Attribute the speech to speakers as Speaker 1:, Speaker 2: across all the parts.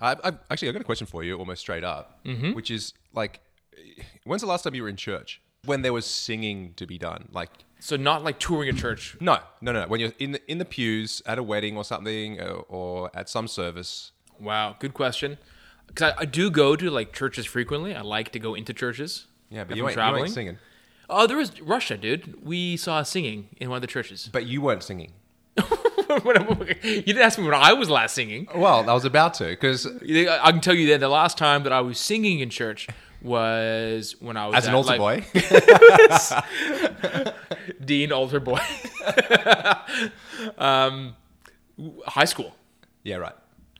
Speaker 1: I've, I've, actually, I've got a question for you almost straight up,
Speaker 2: Mm-hmm.
Speaker 1: which is like, when's the last time you were in church? When there was singing to be done? Like,
Speaker 2: So not like touring a church.
Speaker 1: no, no, no. When you're in the, in the pews at a wedding or something or, or at some service.
Speaker 2: Wow, good question. Because I, I do go to like churches frequently. I like to go into churches.
Speaker 1: Yeah, but
Speaker 2: if
Speaker 1: you
Speaker 2: I'm
Speaker 1: weren't, you weren't singing.
Speaker 2: Oh, there was Russia, dude. We saw singing in one of the churches.
Speaker 1: But you weren't singing.
Speaker 2: you didn't ask me when I was last singing.
Speaker 1: Well, I was about to because
Speaker 2: I can tell you that the last time that I was singing in church was when I was
Speaker 1: as an
Speaker 2: at,
Speaker 1: altar
Speaker 2: like,
Speaker 1: boy,
Speaker 2: Dean Alter Boy. um, high school
Speaker 1: yeah, right.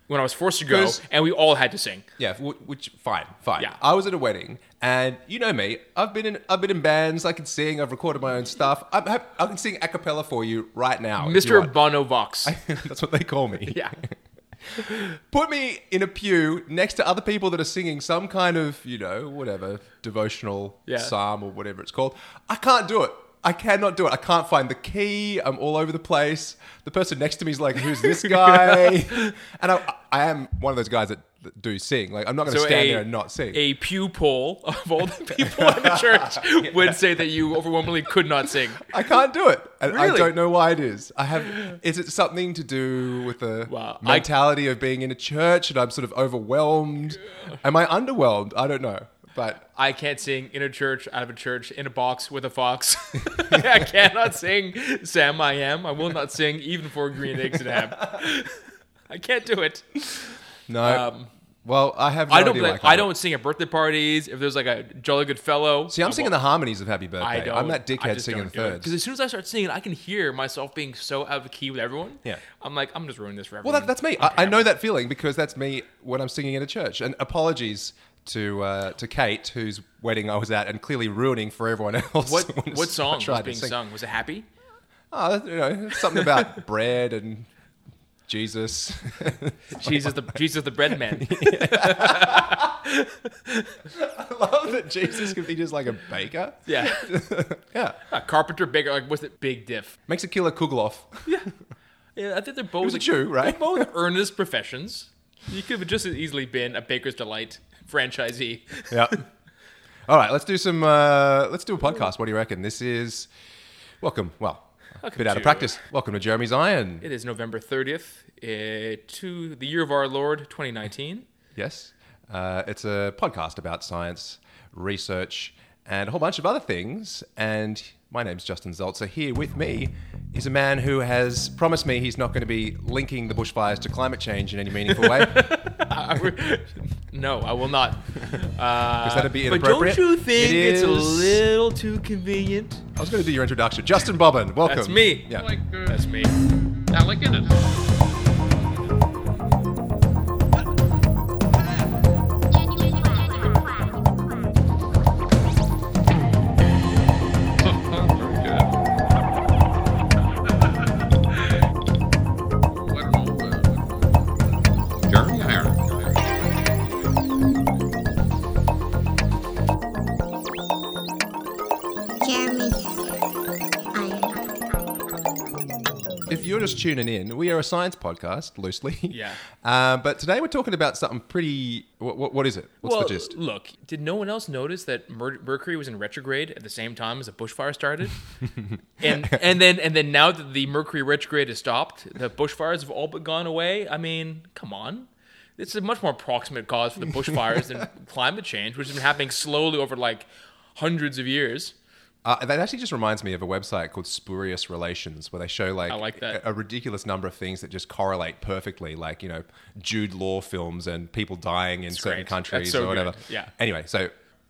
Speaker 2: when I was forced to go,
Speaker 1: 'Cause-
Speaker 2: and we all had to sing.
Speaker 1: Yeah, w- which fine, fine.
Speaker 2: Yeah.
Speaker 1: I was at a wedding, and you know me. I've been in, I've been in bands. I can sing. I've recorded my own stuff. I'm, hap- I can sing a cappella for you right now, if you
Speaker 2: Mr.
Speaker 1: want.
Speaker 2: Bono Vox.
Speaker 1: That's what they call me.
Speaker 2: yeah.
Speaker 1: Put me in a pew next to other people that are singing some kind of you know whatever devotional
Speaker 2: Yeah.
Speaker 1: psalm or whatever it's called. I can't do it. I cannot do it. I can't find the key. I'm all over the place. The person next to me is like, "Who's this guy?" and I, I am one of those guys that, that do sing. Like, I'm not going to stand there and not sing.
Speaker 2: a pew poll of all the people in the church would say that you overwhelmingly could not sing.
Speaker 1: I can't do it. And I
Speaker 2: Really?
Speaker 1: don't know why it is. I have is it something to do with the
Speaker 2: Wow. I-
Speaker 1: mentality of being in a church and I'm sort of overwhelmed? Am I underwhelmed? I don't know. But
Speaker 2: I can't sing in a church, out of a church, in a box with a fox. I cannot sing Sam I Am. I will not sing even for green eggs and ham. I can't do it.
Speaker 1: no.
Speaker 2: Um,
Speaker 1: well, I have no
Speaker 2: I don't.
Speaker 1: idea
Speaker 2: play-
Speaker 1: why can't
Speaker 2: I don't sing at birthday parties. If there's like a jolly good fellow.
Speaker 1: See, I'm singing the harmonies of Happy Birthday.
Speaker 2: I don't.
Speaker 1: I'm that dickhead singing
Speaker 2: Because
Speaker 1: thirds.
Speaker 2: as soon as I start singing, I can hear myself being so out of key with everyone.
Speaker 1: Yeah.
Speaker 2: I'm like, I'm just ruining this for everyone.
Speaker 1: Well, that, that's me. I, I know that feeling because that's me when I'm singing in a church. And apologies to uh, to Kate, whose wedding I was at, and clearly ruining for everyone else.
Speaker 2: What
Speaker 1: when
Speaker 2: what
Speaker 1: I
Speaker 2: song
Speaker 1: tried
Speaker 2: was
Speaker 1: to
Speaker 2: being
Speaker 1: sing.
Speaker 2: sung? Was it happy?
Speaker 1: Oh, you know, something about bread and Jesus.
Speaker 2: Jesus the Jesus the bread man.
Speaker 1: I love that Jesus could be just like a baker.
Speaker 2: yeah.
Speaker 1: Yeah.
Speaker 2: Uh, Carpenter Baker. Like, what's it? Big Diff.
Speaker 1: Makes a killer Kugloff.
Speaker 2: Yeah, I think they're both.
Speaker 1: was a
Speaker 2: like-
Speaker 1: Jew, right?
Speaker 2: They're both earnest professions. You could have just as easily been a Baker's Delight franchisee.
Speaker 1: Yeah. All right, let's do some, uh, let's do a podcast. What do you reckon? This is, welcome, well, a
Speaker 2: Welcome
Speaker 1: bit out of
Speaker 2: to- uh,
Speaker 1: practice. Welcome to Jeremy's Iron.
Speaker 2: It is November 30th uh, to the year of our Lord 2019.
Speaker 1: Yes. Uh, it's a podcast about science, research, and a whole bunch of other things. And my name's Justin Zoltzer. Here with me is a man who has promised me he's not going to be linking the bushfires to climate change in any meaningful way.
Speaker 2: I- I- no, I will not. Uh,
Speaker 1: that'd be
Speaker 2: but don't
Speaker 1: inappropriate.
Speaker 2: you think
Speaker 1: It
Speaker 2: it's a
Speaker 1: is.
Speaker 2: little too convenient?
Speaker 1: I was going to do your introduction. Justin Bobbin, welcome.
Speaker 2: That's me.
Speaker 1: Yeah.
Speaker 3: like uh,
Speaker 2: That's me.
Speaker 3: Alec Guinness. Jeremy Iron.
Speaker 4: Jeremy. Iron.
Speaker 1: If you're just tuning in, we are a science podcast, loosely.
Speaker 2: Yeah.
Speaker 1: Uh, but today we're talking about something pretty. What, what, what is it? What's
Speaker 2: well,
Speaker 1: the gist?
Speaker 2: look, did no one else notice that Mer- Mercury was in retrograde at the same time as the bushfire started? and and then and then now that the Mercury retrograde has stopped, the bushfires have all but gone away. I mean, come on. It's a much more proximate cause for the bushfires than climate change, which has been happening slowly over like hundreds of years.
Speaker 1: Uh, that actually just reminds me of a website called Spurious Relations, where they show like,
Speaker 2: I like that.
Speaker 1: A, a ridiculous number of things that just correlate perfectly, like you know Jude Law films and people dying in certain
Speaker 2: great.
Speaker 1: countries
Speaker 2: That's so
Speaker 1: or whatever.
Speaker 2: good. Yeah.
Speaker 1: Anyway, so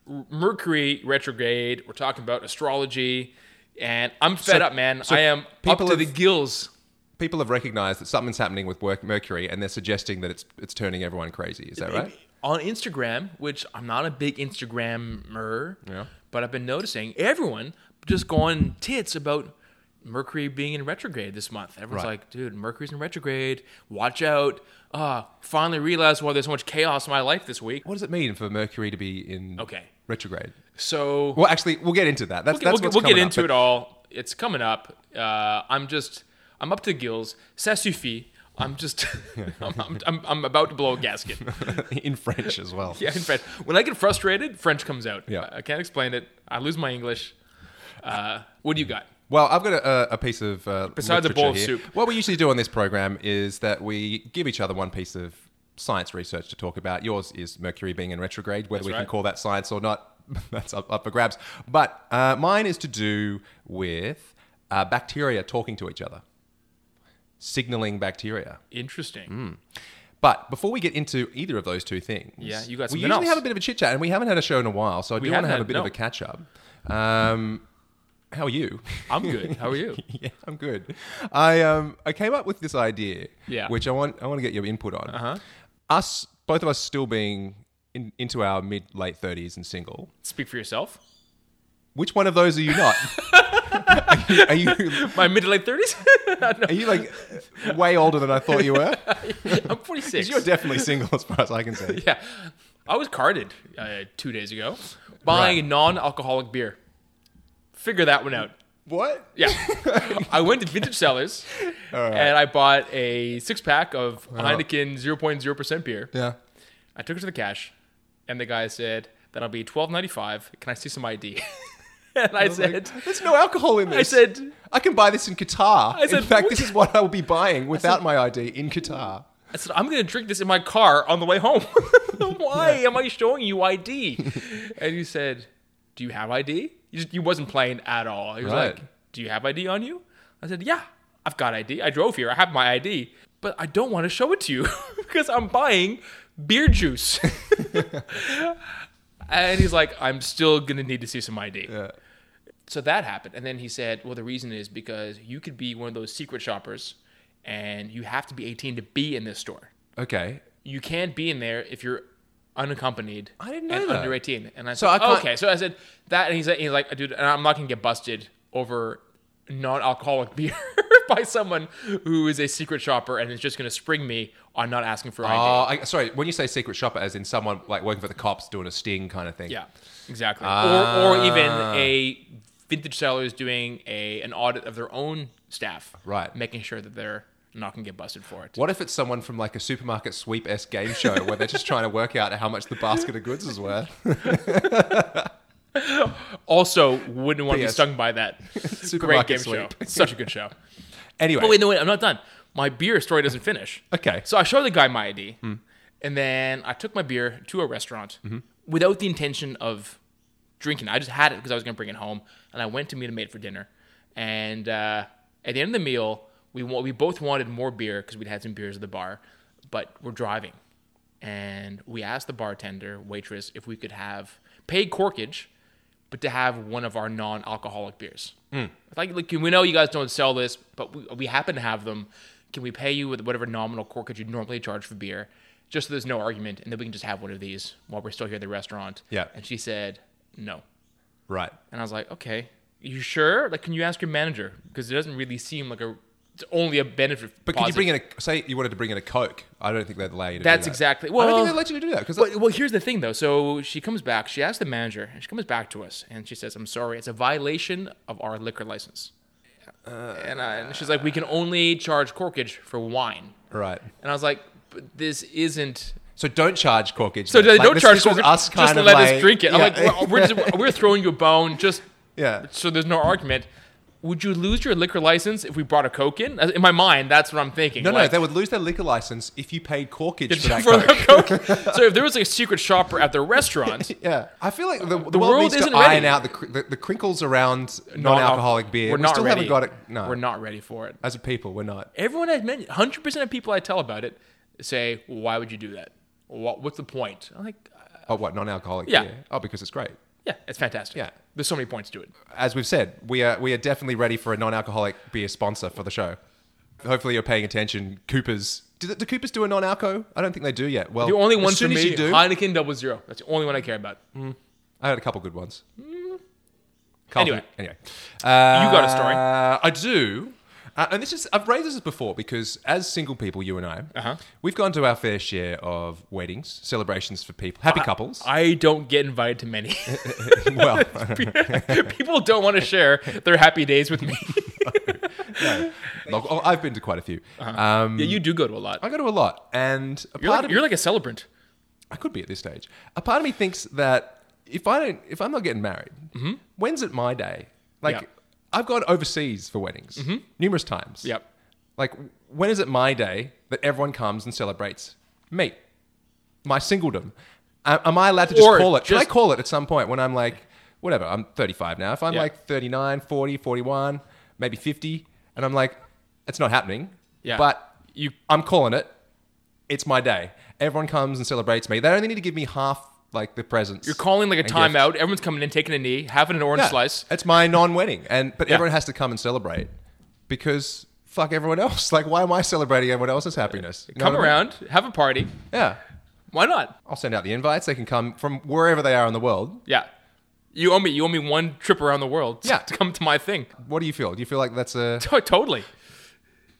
Speaker 2: Mercury retrograde, we're talking about astrology, and I'm fed
Speaker 1: So-
Speaker 2: up, man.
Speaker 1: so
Speaker 2: I am up
Speaker 1: people have-
Speaker 2: to the gills.
Speaker 1: people have recognized that something's happening with work Mercury, and they're suggesting that it's it's turning everyone crazy. Is that right?
Speaker 2: on Instagram, which I'm not a big Instagrammer,
Speaker 1: Yeah.
Speaker 2: but I've been noticing everyone just going tits about Mercury being in retrograde this month. Everyone's
Speaker 1: Right.
Speaker 2: like, dude, Mercury's in retrograde. Watch out. Ah, finally realized why there's so much chaos in my life this week.
Speaker 1: What does it mean for Mercury to be in
Speaker 2: Okay.
Speaker 1: retrograde?
Speaker 2: So
Speaker 1: Well, actually, we'll get into that. That's
Speaker 2: we'll,
Speaker 1: that's
Speaker 2: we'll,
Speaker 1: what's
Speaker 2: we'll get
Speaker 1: coming up,
Speaker 2: into
Speaker 1: but-
Speaker 2: it all. It's coming up. Uh, I'm just, I'm up to the gills. Ça suffit. I'm just, I'm, I'm, I'm, I'm about to blow a gasket.
Speaker 1: in French as well.
Speaker 2: Yeah, in French. When I get frustrated, French comes out.
Speaker 1: Yeah.
Speaker 2: I, I can't explain it. I lose my English. Uh, what do you got?
Speaker 1: Well, I've got a, a piece of uh,
Speaker 2: Besides a bowl
Speaker 1: literature
Speaker 2: of
Speaker 1: here. What we usually do on this program is that we give each other one piece of science research to talk about. Yours is Mercury being in retrograde. Whether we can
Speaker 2: right.
Speaker 1: call that science or not, that's up, up for grabs. But uh, mine is to do with uh, bacteria talking to each other, signaling bacteria.
Speaker 2: Interesting.
Speaker 1: Hmm. But before we get into either of those two things,
Speaker 2: Yeah, you got
Speaker 1: we
Speaker 2: something
Speaker 1: usually
Speaker 2: else.
Speaker 1: have a bit of a chit chat, and we haven't had a show in a while, so I do want to
Speaker 2: haven't
Speaker 1: have a
Speaker 2: had-
Speaker 1: bit of
Speaker 2: no.
Speaker 1: a catch up. Um, how are you?
Speaker 2: I'm good. How are you?
Speaker 1: yeah, I'm good. I um I came up with this idea,
Speaker 2: Yeah.
Speaker 1: which I want I want to get your input on. Uh-huh. Us both of us still being in, into our mid late thirties and single.
Speaker 2: Speak for yourself.
Speaker 1: Which one of those are you not? are, you, are you
Speaker 2: My mid to late 30s?
Speaker 1: are you like way older than I thought you were?
Speaker 2: I'm 46.
Speaker 1: You're definitely single as far as I can see.
Speaker 2: yeah. I was carded uh, two days ago buying non alcoholic beer. Figure that one out.
Speaker 1: What?
Speaker 2: Yeah. I went to Vintage Cellars and I bought a six pack of Heineken 0.0% beer.
Speaker 1: Yeah.
Speaker 2: I took it to the cash, and the guy said, "That'll be twelve ninety five. Can I see some ID?" and I, said,
Speaker 1: There's no alcohol in this.
Speaker 2: "I said,
Speaker 1: I can buy this in Qatar.
Speaker 2: I
Speaker 1: in
Speaker 2: said,
Speaker 1: fact,
Speaker 2: "What?"
Speaker 1: this is what I will be buying without my ID in Qatar.
Speaker 2: I said, I'm gonna drink this in my car on the way home. Why am I showing you ID?" and he said, "Do you have ID?" He, just, he wasn't playing at all. He was
Speaker 1: Right.
Speaker 2: like, "Do you have ID on you?" I said, "Yeah, I've got ID. I drove here. I have my ID, but I don't want to show it to you because I'm buying beer juice." and he's like, "I'm still gonna need to see some ID."
Speaker 1: Yeah.
Speaker 2: so that happened and then he said well the reason is because you could be one of those secret shoppers and you have to be 18 to be in this store
Speaker 1: Okay.
Speaker 2: you can't be in there if you're unaccompanied
Speaker 1: I didn't know
Speaker 2: and
Speaker 1: that.
Speaker 2: under 18 and i
Speaker 1: So
Speaker 2: said
Speaker 1: I can't-
Speaker 2: okay so i said that and he's like, he's like dude and i'm not gonna get busted over non-alcoholic beer by someone who is a secret shopper and is just gonna spring me on not asking for id
Speaker 1: Oh, I, sorry. When you say secret shopper, as in someone like working for the cops doing a sting kind of thing.
Speaker 2: Yeah, exactly. or, or even a vintage seller is doing a an audit of their own staff,
Speaker 1: Right.
Speaker 2: Making sure that they're not going to get busted for it.
Speaker 1: What if it's someone from like a supermarket sweep esque game show where they're just trying to work out how much the basket of goods is worth?
Speaker 2: Also, wouldn't want to be
Speaker 1: P.S.
Speaker 2: stung by that. Great
Speaker 1: Supermarket
Speaker 2: game
Speaker 1: sweep.
Speaker 2: show. Such a good show.
Speaker 1: Anyway,
Speaker 2: But wait, no, wait, I'm not done. My beer story doesn't finish.
Speaker 1: Okay.
Speaker 2: So I showed the guy my ID, and then I took my beer to a restaurant without the intention of drinking. I just had it because I was going to bring it home, and I went to meet a mate for dinner. And uh, at the end of the meal, we wa- we both wanted more beer because we'd had some beers at the bar, but we're driving, and we asked the bartender waitress if we could have paid corkage, but to have one of our non-alcoholic beers.
Speaker 1: Hmm.
Speaker 2: Like, like, we know you guys don't sell this, but we, we happen to have them. Can we pay you with whatever nominal corkage you normally charge for beer, just so there's no argument, and then we can just have one of these while we're still here at the restaurant?
Speaker 1: Yeah.
Speaker 2: And she said no,
Speaker 1: right.
Speaker 2: and I was like, okay, you sure? Like, can you ask your manager? Because it doesn't really seem like a it's only a benefit.
Speaker 1: But could you bring in a say you wanted to bring in a Coke? I don't think they'd allow you to. do
Speaker 2: That's
Speaker 1: that.
Speaker 2: exactly-
Speaker 1: I don't
Speaker 2: well-
Speaker 1: think they'd let you do that because
Speaker 2: Well, well, here's the thing, though. So she comes back. She asks the manager, and she comes back to us, and she says, "I'm sorry, it's a violation of our liquor license." and, I, and she's like, "We can only charge corkage for wine."
Speaker 1: right.
Speaker 2: And I was like, "But this isn't."
Speaker 1: So don't charge corkage.
Speaker 2: So
Speaker 1: then.
Speaker 2: they
Speaker 1: Like,
Speaker 2: don't
Speaker 1: this,
Speaker 2: charge
Speaker 1: this was
Speaker 2: corkage.
Speaker 1: us kind
Speaker 2: just
Speaker 1: of
Speaker 2: let
Speaker 1: like,
Speaker 2: us drink it. I'm
Speaker 1: Yeah.
Speaker 2: like, we're, we're, just, we're throwing you a bone. Just
Speaker 1: yeah.
Speaker 2: so there's no argument. Would you lose your liquor license if we brought a coke in? In my mind, that's what I'm thinking.
Speaker 1: No, no,
Speaker 2: Like,
Speaker 1: they would lose their liquor license if you paid corkage for that
Speaker 2: for
Speaker 1: Coke.
Speaker 2: the coke. so if there was a secret shopper at the restaurant,
Speaker 1: Yeah, I feel like the, the, world,
Speaker 2: world
Speaker 1: needs
Speaker 2: isn't
Speaker 1: to iron
Speaker 2: ready.
Speaker 1: out the, cr- the the crinkles around
Speaker 2: not-
Speaker 1: non-alcoholic beer.
Speaker 2: We're
Speaker 1: we
Speaker 2: not
Speaker 1: still
Speaker 2: ready.
Speaker 1: haven't got it. No,
Speaker 2: we're not ready for it.
Speaker 1: as a people, we're not.
Speaker 2: Everyone I mentioned, hundred percent of people I tell about it say, "Why would you do that? What, what's the point?" I'm like,
Speaker 1: Oh, what non-alcoholic
Speaker 2: Yeah.
Speaker 1: beer? Oh, because it's great.
Speaker 2: "Yeah, it's fantastic.
Speaker 1: Yeah.
Speaker 2: there's so many points to it."
Speaker 1: As we've said, we are we are definitely ready for a non-alcoholic beer sponsor for the show. Hopefully, you're paying attention. Coopers, do, do Coopers do a non-alco? I don't think they do yet. Well,
Speaker 2: The only
Speaker 1: Oh, as
Speaker 2: one for
Speaker 1: soon as
Speaker 2: me,
Speaker 1: you do, I
Speaker 2: Heineken Double Zero. That's the only one I care about.
Speaker 1: had a couple good ones. Carlton-
Speaker 2: Mm. Anyway,
Speaker 1: anyway, uh,
Speaker 2: You got a story.
Speaker 1: I do. Uh, and this is, I've raised this before because as single people, you and I,
Speaker 2: Uh-huh.
Speaker 1: we've gone to our fair share of weddings, celebrations for people, happy couples.
Speaker 2: I don't get invited to many.
Speaker 1: well,
Speaker 2: People don't want to share their happy days with me.
Speaker 1: Look, oh, I've been to quite a few. Um,
Speaker 2: Yeah, you do go to a lot.
Speaker 1: I go to a lot, and a
Speaker 2: Uh-huh. You're
Speaker 1: part
Speaker 2: like,
Speaker 1: of
Speaker 2: you're like a celebrant.
Speaker 1: I could be at this stage. A part of me thinks that if I don't, if I'm not getting married, when's it my day? Like,
Speaker 2: Mm-hmm. Yeah. Mm-hmm.
Speaker 1: I've gone overseas for weddings numerous times.
Speaker 2: Yep.
Speaker 1: Like, when is it my day that everyone comes and celebrates me, my singledom? A- Am I allowed to just
Speaker 2: Or
Speaker 1: call it? Should I
Speaker 2: just-
Speaker 1: call it at some point when I'm like, whatever, I'm 35 now. If I'm
Speaker 2: Yeah.
Speaker 1: like 39, 40, 41, maybe 50, and I'm like, it's not happening.
Speaker 2: Yeah.
Speaker 1: But
Speaker 2: You
Speaker 1: I'm calling it. It's my day. Everyone comes and celebrates me. They only need to give me half like the presents.
Speaker 2: you're calling like a
Speaker 1: and gifts.
Speaker 2: timeout. Everyone's coming in, taking a knee, having an orange
Speaker 1: Yeah,
Speaker 2: slice.
Speaker 1: It's my non-wedding, and but
Speaker 2: Yeah.
Speaker 1: everyone has to come and celebrate because fuck everyone else. Like, why am I celebrating everyone else's happiness? You know
Speaker 2: Come
Speaker 1: what I mean?
Speaker 2: around, have a party.
Speaker 1: Yeah,
Speaker 2: Why not?
Speaker 1: I'll send out the invites. They can come from wherever they are in the world.
Speaker 2: Yeah. You owe me. You owe me one trip around the world.
Speaker 1: Yeah.
Speaker 2: To come to my thing.
Speaker 1: What do you feel? Do you feel like that's a?
Speaker 2: To- totally.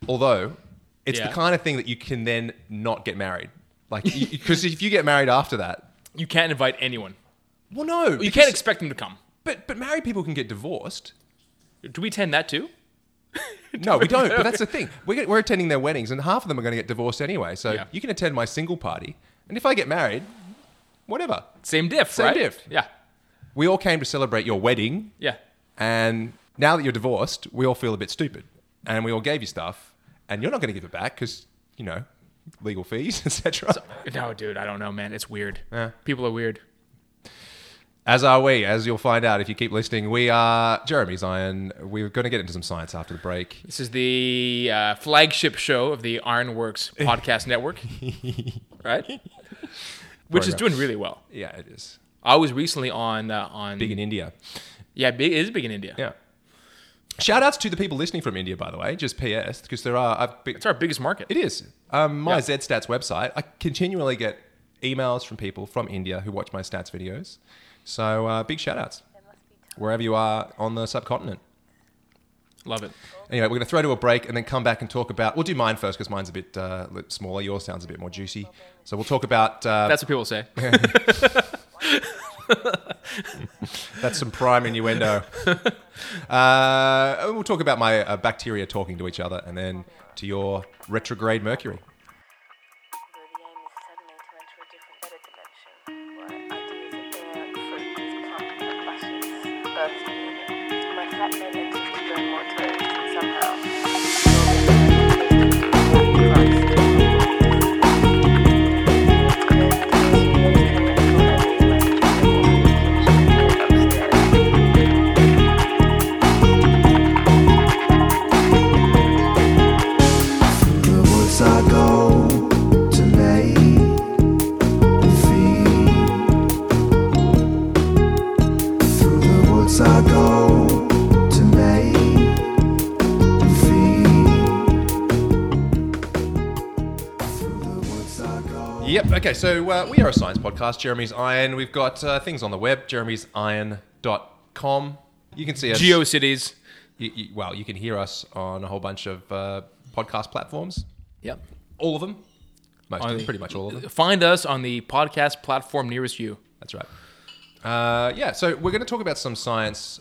Speaker 1: Although, it's
Speaker 2: Yeah.
Speaker 1: the kind of thing that you can then not get married. Like, because if you get married after that,
Speaker 2: You can't invite anyone.
Speaker 1: well, no,
Speaker 2: You can't expect them to come.
Speaker 1: But but married people can get divorced.
Speaker 2: Do we attend that too?
Speaker 1: No, we don't. But that's the thing. We're, get- we're attending their weddings, and half of them are going to get divorced anyway. So
Speaker 2: Yeah.
Speaker 1: you can attend my single party, and if I get married, whatever.
Speaker 2: Same diff.
Speaker 1: Same
Speaker 2: right?
Speaker 1: diff.
Speaker 2: Yeah.
Speaker 1: We all came to celebrate your wedding,
Speaker 2: Yeah.
Speaker 1: and now that you're divorced, we all feel a bit stupid, and we all gave you stuff, and you're not going to give it back because you know legal fees, etc.
Speaker 2: No, dude. I don't know, man. It's weird. People are weird.
Speaker 1: As are we, as you'll find out if you keep listening. We are Jeremy's Iron. We're going to get into some science after the break.
Speaker 2: This is the uh, flagship show of the Ironworks Podcast Network, right? Which
Speaker 1: Progress.
Speaker 2: is doing really well.
Speaker 1: Yeah, it is
Speaker 2: I was recently on uh, on
Speaker 1: big in India.
Speaker 2: yeah, big it is big in India.
Speaker 1: Yeah. Shout outs to the people listening from India, by the way, just PS, because there are. I've been,
Speaker 2: It's our biggest market.
Speaker 1: it is. Um, my
Speaker 2: Yeah.
Speaker 1: Z Stats website, I continually get emails from people from India who watch my stats videos. So uh, big shout outs wherever you are on the subcontinent.
Speaker 2: Love it.
Speaker 1: Anyway, we're going to throw to a break and then come back and talk about. We'll do mine first because mine's a bit uh, li- smaller. Yours sounds a bit more juicy. So we'll talk about uh,
Speaker 2: That's what people say.
Speaker 1: That's some prime innuendo. uh, we'll talk about my uh, bacteria talking to each other and then to your retrograde Mercury.
Speaker 4: The aim is suddenly to enter a different meta dimension where ideas are bare and frequencies come and flashes, bursts of meaning. My flatmate enters to bring more to it somehow. Upstairs.
Speaker 5: The woods I go to lay feed. Through the woods I go to lay feed. Through the woods I go.
Speaker 1: Yep. Okay. So uh, we are a science podcast. Jeremy's Iron. We've got uh, things on the web. Jeremy'sIron.com. You can see us.
Speaker 2: GeoCities.
Speaker 1: you, you, well, you can hear us on a whole bunch of uh, podcast platforms.
Speaker 2: Yep.
Speaker 1: All of them. Most of
Speaker 2: On
Speaker 1: them.
Speaker 2: the-
Speaker 1: Pretty much all of them.
Speaker 2: Find us on the podcast platform nearest you.
Speaker 1: That's right. Uh, yeah. So we're going to talk about some science.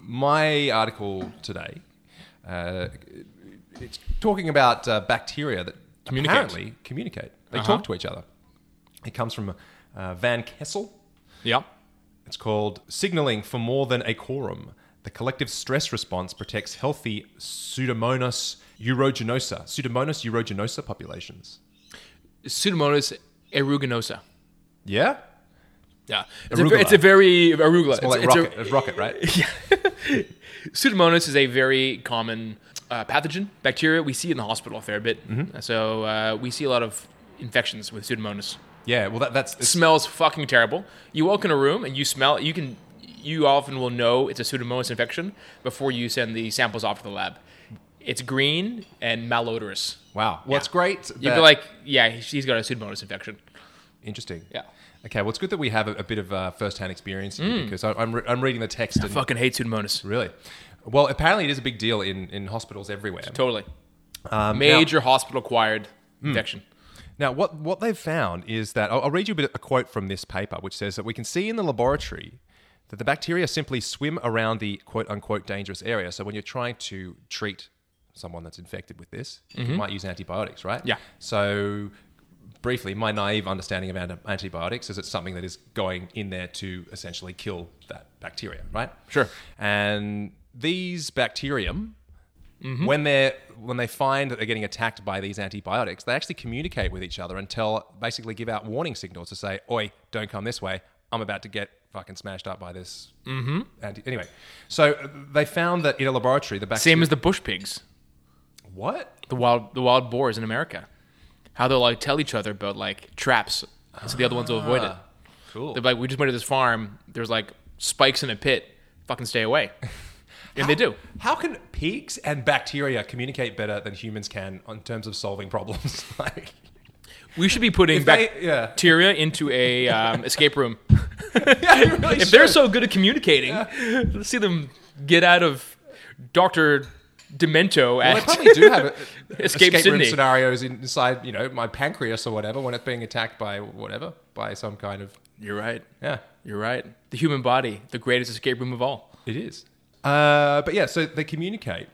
Speaker 1: My article today. Uh, it's talking about uh, bacteria that
Speaker 2: Communicate.
Speaker 1: apparently communicate. They talk to each other. It comes from uh, Van Kessel.
Speaker 2: Yep.
Speaker 1: It's called Signaling for More Than a Quorum. The collective stress response protects healthy Pseudomonas aeruginosa, Pseudomonas aeruginosa populations.
Speaker 2: Pseudomonas aeruginosa.
Speaker 1: Yeah?
Speaker 2: Yeah. It's, a,
Speaker 1: Arugula.
Speaker 2: ver- it's a very arugula.
Speaker 1: Well, like
Speaker 2: It's a-
Speaker 1: rocket,
Speaker 2: it's a-
Speaker 1: it's rocket, right?
Speaker 2: Pseudomonas is a very common uh, pathogen bacteria we see in the hospital a fair bit.
Speaker 1: Mm-hmm.
Speaker 2: So uh, we see a lot of infections with Pseudomonas.
Speaker 1: Yeah, well, that, that's
Speaker 2: It
Speaker 1: it's
Speaker 2: smells fucking terrible. You walk in a room and you smell. You can. You often will know it's a Pseudomonas infection before you send the samples off to the lab. It's green and malodorous.
Speaker 1: wow. Well, it's
Speaker 2: Yeah.
Speaker 1: great.
Speaker 2: You'd
Speaker 1: that-
Speaker 2: be like, yeah, she's got a Pseudomonas infection.
Speaker 1: interesting.
Speaker 2: Yeah.
Speaker 1: Okay, well, it's good that we have a, a bit of uh, first-hand experience
Speaker 2: Mm.
Speaker 1: here because I, I'm, re- I'm reading the text and
Speaker 2: Fucking hate Pseudomonas.
Speaker 1: really, well, apparently it is a big deal in, in hospitals everywhere.
Speaker 2: Totally.
Speaker 1: Um, now- Hmm.
Speaker 2: Major hospital acquired infection.
Speaker 1: Now, what, what they've found is that I'll, I'll read you a, bit, a quote from this paper, which says that we can see in the laboratory that the bacteria simply swim around the quote unquote dangerous area. So when you're trying to treat someone that's infected with this, you might use antibiotics, right?
Speaker 2: Mm-hmm. Yeah.
Speaker 1: So briefly, my naive understanding of anti- antibiotics is it's something that is going in there to essentially kill that bacteria, right?
Speaker 2: Sure.
Speaker 1: And these bacterium,
Speaker 2: Mm-hmm.
Speaker 1: when they're when they find that they're getting attacked by these antibiotics, they actually communicate with each other and tell basically give out warning signals to say, "Oi, don't come this way. I'm about to get fucking smashed up by this." Mm-hmm. Anti- anyway, so uh, they found that in a laboratory, the bacteria.
Speaker 2: Same as the bush pigs,
Speaker 1: what?
Speaker 2: the wild the wild boars in America. How they'll like tell each other about like traps, so the other ones will avoid it.
Speaker 1: Ah, Cool.
Speaker 2: They're like, we just went to this farm. There's like spikes in a pit. Fucking stay away. And they do.
Speaker 1: How can pigs and bacteria communicate better than humans can in terms of solving problems? like,
Speaker 2: We should be putting
Speaker 1: If they- yeah.
Speaker 2: bacteria into a um, escape room.
Speaker 1: yeah, you really
Speaker 2: if they're
Speaker 1: should.
Speaker 2: so good at communicating, let's see them get out of Doctor Demento
Speaker 1: Well, I
Speaker 2: at
Speaker 1: probably do have a, escape,
Speaker 2: Escape
Speaker 1: room
Speaker 2: Sydney.
Speaker 1: scenarios inside, you know, my pancreas or whatever when it's being attacked by whatever, by some kind of
Speaker 2: You're right.
Speaker 1: yeah.
Speaker 2: You're right. The human body, the greatest escape room of all.
Speaker 1: It is. Uh, but yeah, so they communicate.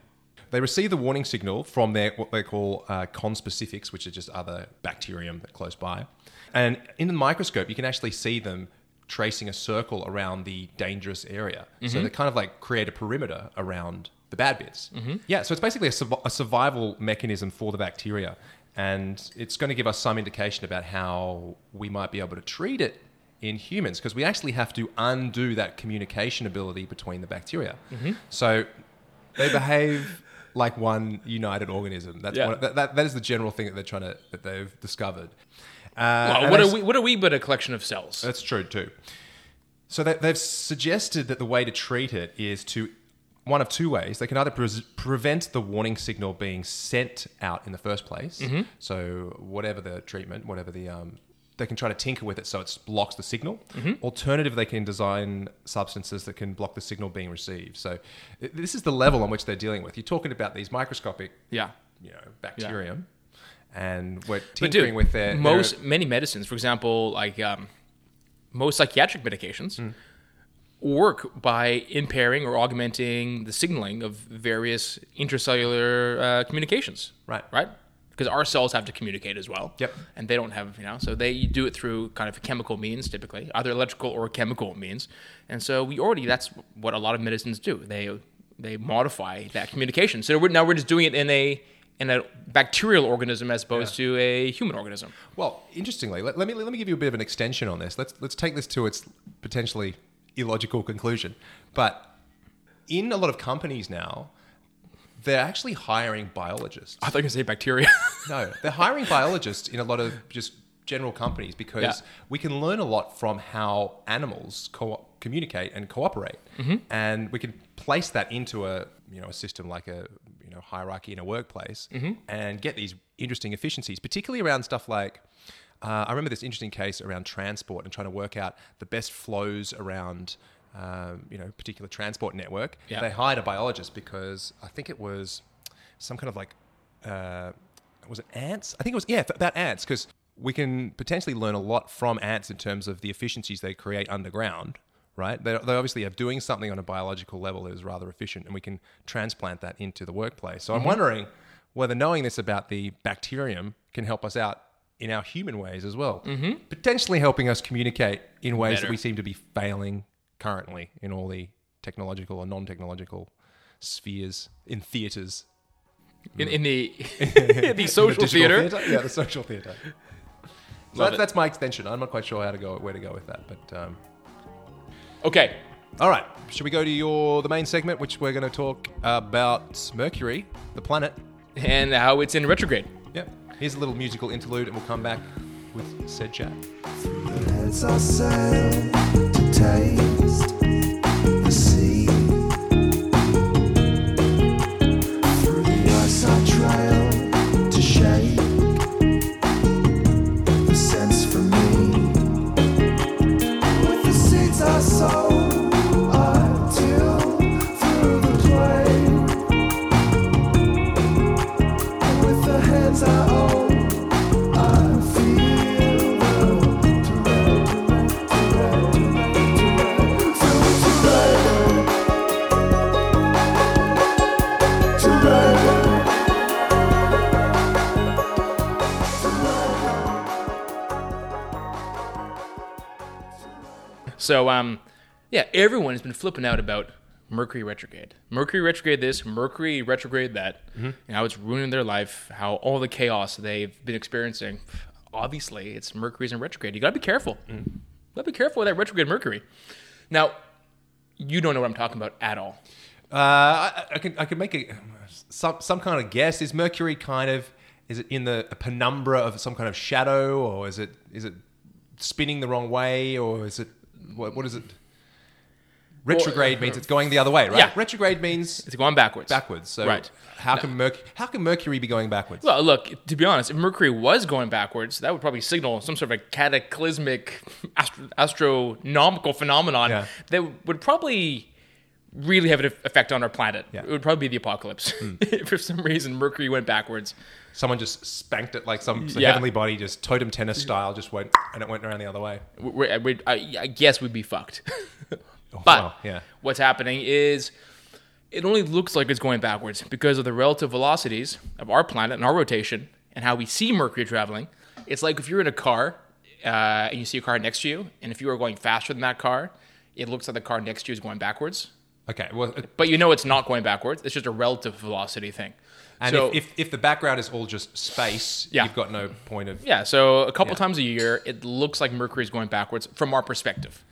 Speaker 1: They receive the warning signal from their what they call uh, conspecifics, which are just other bacterium close by. And in the microscope, you can actually see them tracing a circle around the dangerous area. So they kind of like create a perimeter around the bad bits. Yeah, so it's basically a, survi- a survival mechanism for the bacteria. And it's going to give us some indication about how we might be able to treat it in humans because we actually have to undo that communication ability between the bacteria. So they behave like one united organism. That's
Speaker 2: Yeah.
Speaker 1: one, that, that, that is the general thing that they're trying to that they've discovered. Uh,
Speaker 2: Well,
Speaker 1: and
Speaker 2: what
Speaker 1: they-
Speaker 2: are we? What are we but a collection of cells?
Speaker 1: That's true too. So they, they've suggested that the way to treat it is to one of two ways. They can either pres prevent the warning signal being sent out in the first place.
Speaker 2: Mm-hmm.
Speaker 1: So whatever the treatment, whatever the um, they can try to tinker with it so it blocks the signal.
Speaker 2: Mm-hmm.
Speaker 1: Alternative, they can design substances that can block the signal being received. So i- this is the level on which they're dealing with. You're talking about these microscopic,
Speaker 2: Yeah.
Speaker 1: you know, bacterium, and we're
Speaker 2: But
Speaker 1: tinkering
Speaker 2: dude,
Speaker 1: with their
Speaker 2: most
Speaker 1: their-
Speaker 2: many medicines, for example, like um, most psychiatric medications,
Speaker 1: Mm.
Speaker 2: work by impairing or augmenting the signaling of various intracellular uh, communications.
Speaker 1: Right.
Speaker 2: Right. Because our cells have to communicate as well.
Speaker 1: Yep.
Speaker 2: And they don't have, you know, so they do it through kind of chemical means typically, either electrical or chemical means. And so we already, that's what a lot of medicines do. They they modify that communication. So we're, now we're just doing it in a in a bacterial organism as opposed to a human organism.
Speaker 1: Well, interestingly, let, let me let me give you a bit of an extension on this. Let's let's take this to its potentially illogical conclusion. But in a lot of companies now, they're actually hiring biologists.
Speaker 2: I thought you were going to say bacteria.
Speaker 1: No, they're hiring biologists in a lot of just general companies because
Speaker 2: Yeah.
Speaker 1: we can learn a lot from how animals co- communicate and cooperate,
Speaker 2: Mm-hmm.
Speaker 1: and we can place that into a you know a system like a you know hierarchy in a workplace
Speaker 2: Mm-hmm.
Speaker 1: and get these interesting efficiencies, particularly around stuff like. Uh, I remember this interesting case around transport and trying to work out the best flows around, um, you know, particular transport network.
Speaker 2: Yeah.
Speaker 1: They hired a biologist because I think it was some kind of like uh, was it ants? I think it was yeah about ants because we can potentially learn a lot from ants in terms of the efficiencies they create underground. Right? They, they obviously are doing something on a biological level that is rather efficient, and we can transplant that into the workplace. So I'm wondering whether knowing this about the bacterium can help us out in our human ways as well, potentially helping us communicate in ways that
Speaker 2: Better.
Speaker 1: we seem to be failing currently in all the technological or non-technological spheres in theaters
Speaker 2: in, in the in the social
Speaker 1: digital
Speaker 2: theater.
Speaker 1: Yeah, the social theater. So
Speaker 2: Love
Speaker 1: that,
Speaker 2: it.
Speaker 1: that's my extension. I'm not quite sure how to go where to go with that, but um,
Speaker 2: Okay.
Speaker 1: all right. Should we go to your the main segment, which we're going to talk about Mercury, the planet?
Speaker 2: And how it's in retrograde.
Speaker 1: Yep. Here's a little musical interlude, and we'll come back with said chat.
Speaker 5: As I sail to taste the sea Through the ice I trail to shake the sense for me With the seeds I sow I till through the play And with the hands I own I feel the Through
Speaker 2: So, um, yeah, everyone has been flipping out about Mercury retrograde. Mercury retrograde this, Mercury retrograde that. And how it's ruining their life, how all the chaos they've been experiencing. Obviously, it's Mercury's in retrograde. You got to be careful. Gotta be careful with that retrograde Mercury. Now, you don't know what I'm talking about at all.
Speaker 1: Uh, I, I can I can make a some some kind of guess. Is Mercury kind of is it in the penumbra of some kind of shadow, or is it is it spinning the wrong way, or is it what what is it? Retrograde means it's going the other way, right?
Speaker 2: Yeah.
Speaker 1: Retrograde means
Speaker 2: It's going backwards.
Speaker 1: backwards. So
Speaker 2: Right.
Speaker 1: how can Merc- how can Mercury be going backwards?
Speaker 2: Well, look, to be honest, if Mercury was going backwards, that would probably signal some sort of a cataclysmic astro- astronomical phenomenon
Speaker 1: Yeah.
Speaker 2: that would probably really have an eff- effect on our planet.
Speaker 1: Yeah. Hmm.
Speaker 2: It would probably be the apocalypse. if for some reason Mercury went backwards.
Speaker 1: Someone just spanked it like some, some
Speaker 2: Yeah.
Speaker 1: heavenly body, just totem tennis style, just went and it went around the other way.
Speaker 2: we we I, I guess we'd be fucked. but
Speaker 1: wow, yeah.
Speaker 2: what's happening is it only looks like it's going backwards because of the relative velocities of our planet and our rotation and how we see Mercury traveling. It's like if you're in a car uh, and you see a car next to you, and if you are going faster than that car, it looks like the car next to you is going backwards.
Speaker 1: Okay, well, it-
Speaker 2: But you know it's not going backwards. It's just a relative velocity thing.
Speaker 1: and
Speaker 2: So-
Speaker 1: if, if if the background is all just space,
Speaker 2: Yeah.
Speaker 1: you've got no point of
Speaker 2: yeah, so a couple
Speaker 1: Yeah.
Speaker 2: times a year, it looks like Mercury is going backwards from our perspective.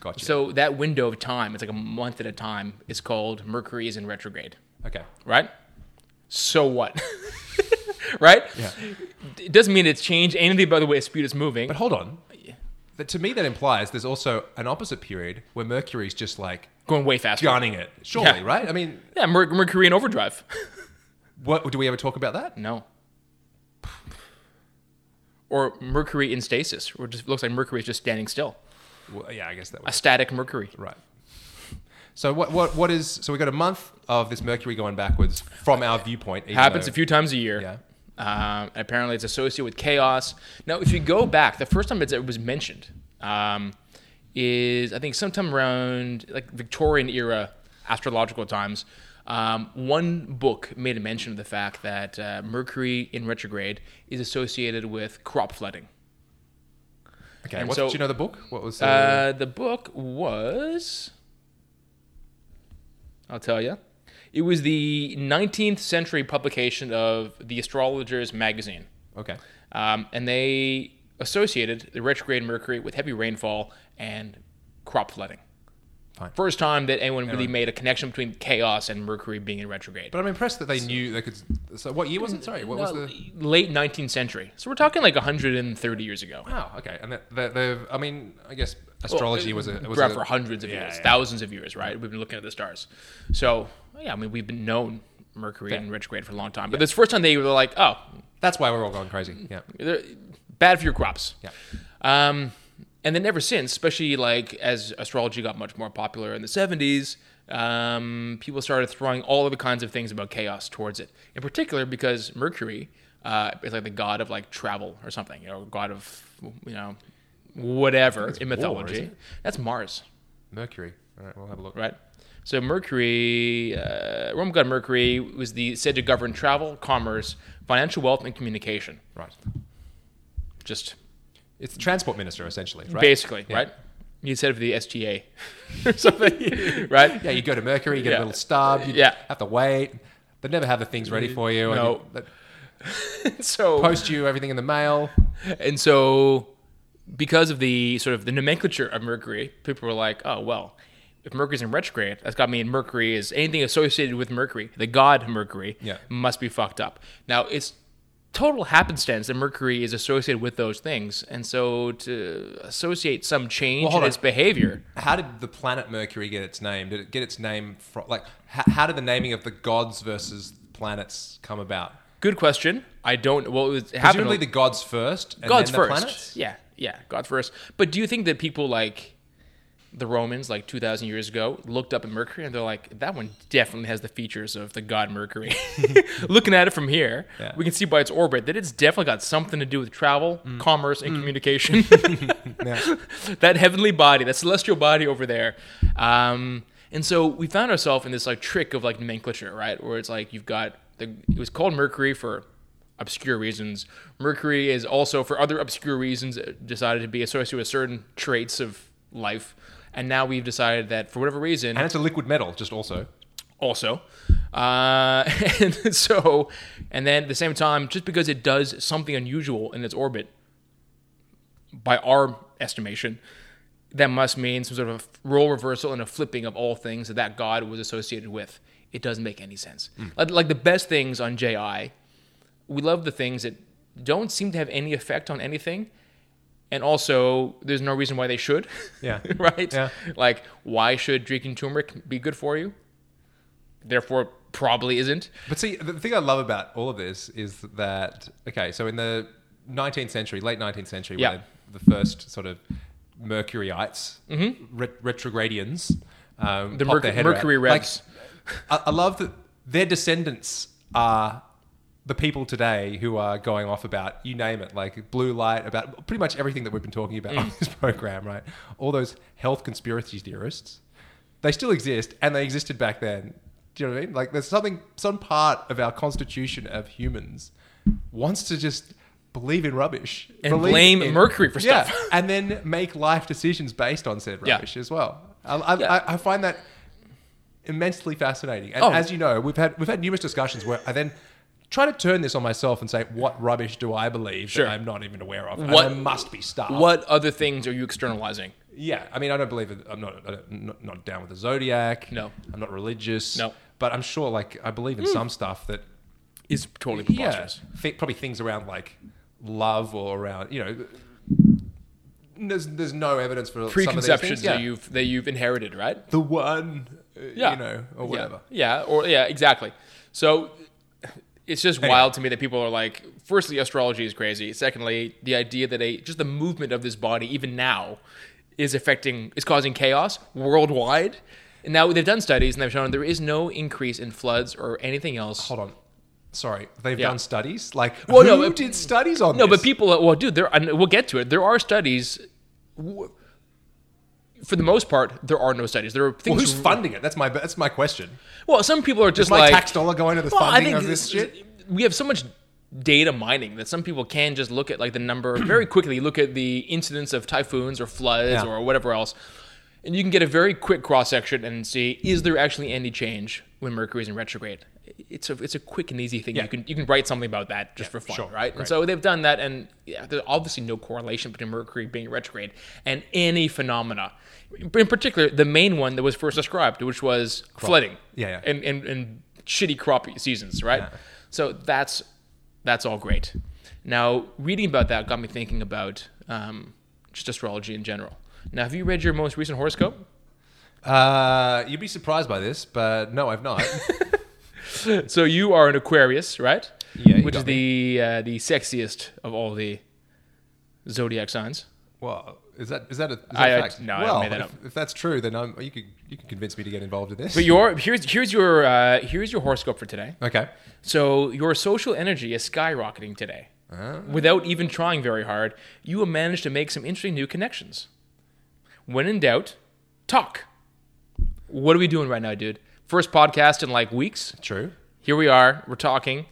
Speaker 1: gotcha.
Speaker 2: So that window of time, it's like a month at a time, is called Mercury is in retrograde,
Speaker 1: okay,
Speaker 2: right? So what? right?
Speaker 1: yeah.
Speaker 2: It doesn't mean it's changed anything by the way Sputus moving.
Speaker 1: But hold on. That, to me, that implies there's also an opposite period where Mercury's just like
Speaker 2: going way faster.
Speaker 1: gunning it. Surely,
Speaker 2: Yeah.
Speaker 1: right? I mean,
Speaker 2: Yeah, Mer- Mercury in overdrive.
Speaker 1: what do we ever talk about that?
Speaker 2: no. Or Mercury in stasis, where it just looks like Mercury is just standing still.
Speaker 1: Well, yeah, I guess that
Speaker 2: A
Speaker 1: was
Speaker 2: static Mercury.
Speaker 1: right. So what what what is? So we got a month of this Mercury going backwards from our viewpoint. even
Speaker 2: happens
Speaker 1: though-
Speaker 2: a few times a year.
Speaker 1: Yeah.
Speaker 2: Um, apparently, it's associated with chaos. Now, if you go back, the first time it's- it was mentioned um, is I think sometime around like Victorian era astrological times. Um, one book made a mention of the fact that uh, Mercury in retrograde is associated with crop flooding.
Speaker 1: Okay,
Speaker 2: and
Speaker 1: what,
Speaker 2: so-
Speaker 1: do you know the book? What was the,
Speaker 2: Uh, the book was. I'll tell you. It was the 19th century publication of The Astrologer's Magazine.
Speaker 1: okay?
Speaker 2: Um, and they associated the retrograde Mercury with heavy rainfall and crop flooding.
Speaker 1: Fine.
Speaker 2: First time that anyone really made a connection between chaos and Mercury being in retrograde.
Speaker 1: But I'm impressed that they knew they could. So what year was it? Sorry, what was
Speaker 2: No,
Speaker 1: the?
Speaker 2: late 19th century. So we're talking like 130 years ago.
Speaker 1: Wow. Okay, and that, that, they've. I mean, I guess astrology was a was
Speaker 2: throughout
Speaker 1: a-
Speaker 2: uh, for hundreds of
Speaker 1: Yeah,
Speaker 2: years,
Speaker 1: yeah.
Speaker 2: thousands of years, right? We've been looking at the stars. So yeah, I mean, we've been known Mercury in retrograde for a long time. But this first time they were like, oh,
Speaker 1: That's why we're all going crazy. Yeah.
Speaker 2: they're bad for your crops.
Speaker 1: Yeah.
Speaker 2: Um, and then ever since, especially like as astrology got much more popular in the 70s, um, people started throwing all of the kinds of things about chaos towards it. In particular, because Mercury uh, is like the god of like travel or something, you know, god of you know whatever in mythology.
Speaker 1: isn't it?
Speaker 2: That's Mars,
Speaker 1: Mercury. All right, we'll have a look.
Speaker 2: right? So Mercury, uh, Roman god Mercury, was the said to govern travel, commerce, financial wealth, and communication.
Speaker 1: Right.
Speaker 2: Just
Speaker 1: It's the transport minister essentially, right?
Speaker 2: basically,
Speaker 1: Yeah.
Speaker 2: right? You said of the STA or something, right?
Speaker 1: Yeah, you go to Mercury, you get
Speaker 2: Yeah.
Speaker 1: a little stub. You
Speaker 2: Yeah.
Speaker 1: Have to wait. They never have the things ready for you. and
Speaker 2: No.
Speaker 1: you- they
Speaker 2: So
Speaker 1: post you everything in the mail.
Speaker 2: and so because of the sort of the nomenclature of Mercury, people were like, "Oh well, if Mercury's in retrograde, that's got to mean Mercury is anything associated with Mercury, the god Mercury,
Speaker 1: Yeah.
Speaker 2: must be fucked up." Now it's total happenstance that Mercury is associated with those things, and so to associate some change
Speaker 1: hold
Speaker 2: in
Speaker 1: on.
Speaker 2: its behavior,
Speaker 1: How did the planet Mercury get its name? Did it get its name from like how, how did the naming of the gods versus planets come about?
Speaker 2: good question. I don't. Well, it was- it happened.
Speaker 1: Presumably the gods first. And
Speaker 2: God's
Speaker 1: then the
Speaker 2: first.
Speaker 1: Planets?
Speaker 2: Yeah, yeah, God first. But do you think that people like the Romans, like 2,000 years ago, looked up at Mercury and they're like, that one definitely has the features of the god Mercury? Looking at it from here,
Speaker 1: Yeah.
Speaker 2: we can see by its orbit that it's definitely got something to do with travel,
Speaker 1: Mm.
Speaker 2: commerce, and communication. that heavenly body, that celestial body over there. Um, and so we found ourselves in this like trick of like nomenclature, right? Where it's like you've got the it was called Mercury for obscure reasons. uh, Mercury is also for other obscure reasons decided to be associated with certain traits of life. And now we've decided that for whatever reason,
Speaker 1: And it's a liquid metal, just also.
Speaker 2: also. Uh, and so, and then at the same time, just because it does something unusual in its orbit, by our estimation, that must mean some sort of a role reversal and a flipping of all things that that god was associated with. It doesn't make any sense. Like, like the best things on JI, we love the things that don't seem to have any effect on anything. And also, there's no reason why they should.
Speaker 1: Yeah.
Speaker 2: right?
Speaker 1: Yeah.
Speaker 2: Like, why should drinking turmeric be good for you? Therefore, probably isn't.
Speaker 1: But see, the thing I love about all of this is that okay, so in the 19th century, late 19th century,
Speaker 2: Yeah.
Speaker 1: when the first sort of Mercuryites, ret- retrogradians, um,
Speaker 2: Mm-hmm. The
Speaker 1: popped
Speaker 2: merc-
Speaker 1: their head
Speaker 2: Mercury
Speaker 1: around, like,
Speaker 2: Revs.
Speaker 1: I, I love that their descendants are the people today who are going off about you name it, like blue light, about pretty much everything that we've been talking
Speaker 2: Mm.
Speaker 1: about on this program, right? All those health conspiracy theorists, they still exist and they existed back then. Do you know what I mean? Like there's something, some part of our constitution of humans wants to just believe in rubbish
Speaker 2: And
Speaker 1: believe
Speaker 2: blame Mercury for
Speaker 1: Yeah,
Speaker 2: stuff.
Speaker 1: and then make life decisions based on said
Speaker 2: Yeah.
Speaker 1: rubbish as well. I, I,
Speaker 2: Yeah.
Speaker 1: I, I find that immensely fascinating. And
Speaker 2: Oh.
Speaker 1: as you know, we've had we've had numerous discussions where I then try to turn this on myself and say, what rubbish do I believe
Speaker 2: Sure.
Speaker 1: that I'm not even aware of?
Speaker 2: What-
Speaker 1: and I must be starved.
Speaker 2: What other things are you externalizing?
Speaker 1: Yeah, I mean, I don't believe it. I'm not, I don't- not not down with the zodiac.
Speaker 2: No.
Speaker 1: I'm not religious.
Speaker 2: No. Hmm.
Speaker 1: but I'm sure like I believe in some stuff that
Speaker 2: Is totally
Speaker 1: yeah,
Speaker 2: preposterous.
Speaker 1: th- probably things around like love or around you know. There's, there's no evidence for some of these
Speaker 2: Preconceptions
Speaker 1: things. Yeah.
Speaker 2: that you've that you've inherited, right?
Speaker 1: the one, uh,
Speaker 2: Yeah.
Speaker 1: you know, or
Speaker 2: Yeah.
Speaker 1: whatever.
Speaker 2: Yeah. Or yeah, exactly. So it's just wild to me that people are like, firstly, astrology is crazy. Secondly, the idea that a just the movement of this body, even now, is affecting is causing chaos worldwide. And now they've done studies and they've shown there is no increase in floods or anything else.
Speaker 1: Hold on, sorry, they've
Speaker 2: Yeah.
Speaker 1: done studies. Like,
Speaker 2: Well,
Speaker 1: who
Speaker 2: no, it-
Speaker 1: did studies on
Speaker 2: No,
Speaker 1: this?
Speaker 2: but people. Well, dude, there. And we'll get to it. There are studies. W- For the most part, there are no studies. There are
Speaker 1: Well,
Speaker 2: things.
Speaker 1: who's funding it? That's my that's my question.
Speaker 2: Well, some people are just
Speaker 1: Is my
Speaker 2: like
Speaker 1: tax dollar going to the
Speaker 2: Well, I
Speaker 1: funding
Speaker 2: think
Speaker 1: of this shit?
Speaker 2: We have so much data mining that some people can just look at like the number very quickly, look at the incidence of typhoons or floods
Speaker 1: Yeah.
Speaker 2: or whatever else, and you can get a very quick cross section and see is there actually any change when Mercury is in retrograde. It's a it's a quick and easy thing.
Speaker 1: Yeah.
Speaker 2: You can you can write something about that just
Speaker 1: Yeah,
Speaker 2: for fun,
Speaker 1: sure,
Speaker 2: right?
Speaker 1: right.
Speaker 2: And so they've done that, and yeah, there's obviously no correlation between Mercury being retrograde and any phenomena. In particular, the main one that was first described, which was flooding,
Speaker 1: Yeah, yeah.
Speaker 2: and and, and shitty crop seasons, right? So that's that's all great. Now, reading about that got me thinking about um, just astrology in general. Now, have you read your most recent horoscope?
Speaker 1: Uh, you'd be surprised by this, but no, I've not.
Speaker 2: So you are an Aquarius, right?
Speaker 1: Yeah, you
Speaker 2: which is
Speaker 1: got
Speaker 2: the uh, the sexiest of all the zodiac signs.
Speaker 1: well, is that is that a, is that
Speaker 2: I-
Speaker 1: a
Speaker 2: I-
Speaker 1: fact?
Speaker 2: no, I
Speaker 1: well,
Speaker 2: made that
Speaker 1: if, if that's true, then I'm, you could you could convince me to get involved in this.
Speaker 2: But your here's here's your uh, here's your horoscope for today.
Speaker 1: okay.
Speaker 2: So your social energy is skyrocketing today.
Speaker 1: Ah.
Speaker 2: Without even trying very hard, you will manage to make some interesting new connections. When in doubt, talk. What are we doing right now, dude? First podcast in like weeks.
Speaker 1: True.
Speaker 2: Here we are. We're talking.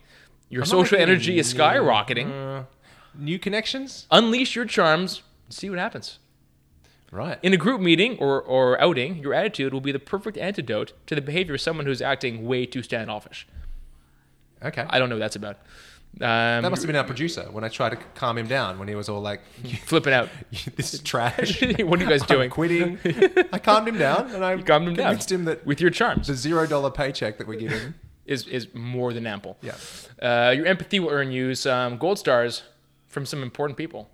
Speaker 2: Your social
Speaker 1: making
Speaker 2: energy is
Speaker 1: any new-
Speaker 2: skyrocketing.
Speaker 1: Uh, New connections.
Speaker 2: Unleash your charms. See what happens.
Speaker 1: Right.
Speaker 2: In a group meeting or, or outing, your attitude will be the perfect antidote to the behavior of someone who's acting way too standoffish.
Speaker 1: okay.
Speaker 2: I don't know what that's about. Um,
Speaker 1: that must have been our producer when I tried to calm him down when he was all like,
Speaker 2: flipping out.
Speaker 1: "This is trash."
Speaker 2: what are you guys
Speaker 1: I'm
Speaker 2: doing?
Speaker 1: quitting. I calmed him down, and I
Speaker 2: calmed him down
Speaker 1: convinced him that
Speaker 2: with your charms
Speaker 1: the zero dollar paycheck that we give him.
Speaker 2: is is more than ample.
Speaker 1: Yeah.
Speaker 2: Uh, your empathy will earn you some gold stars from some important people.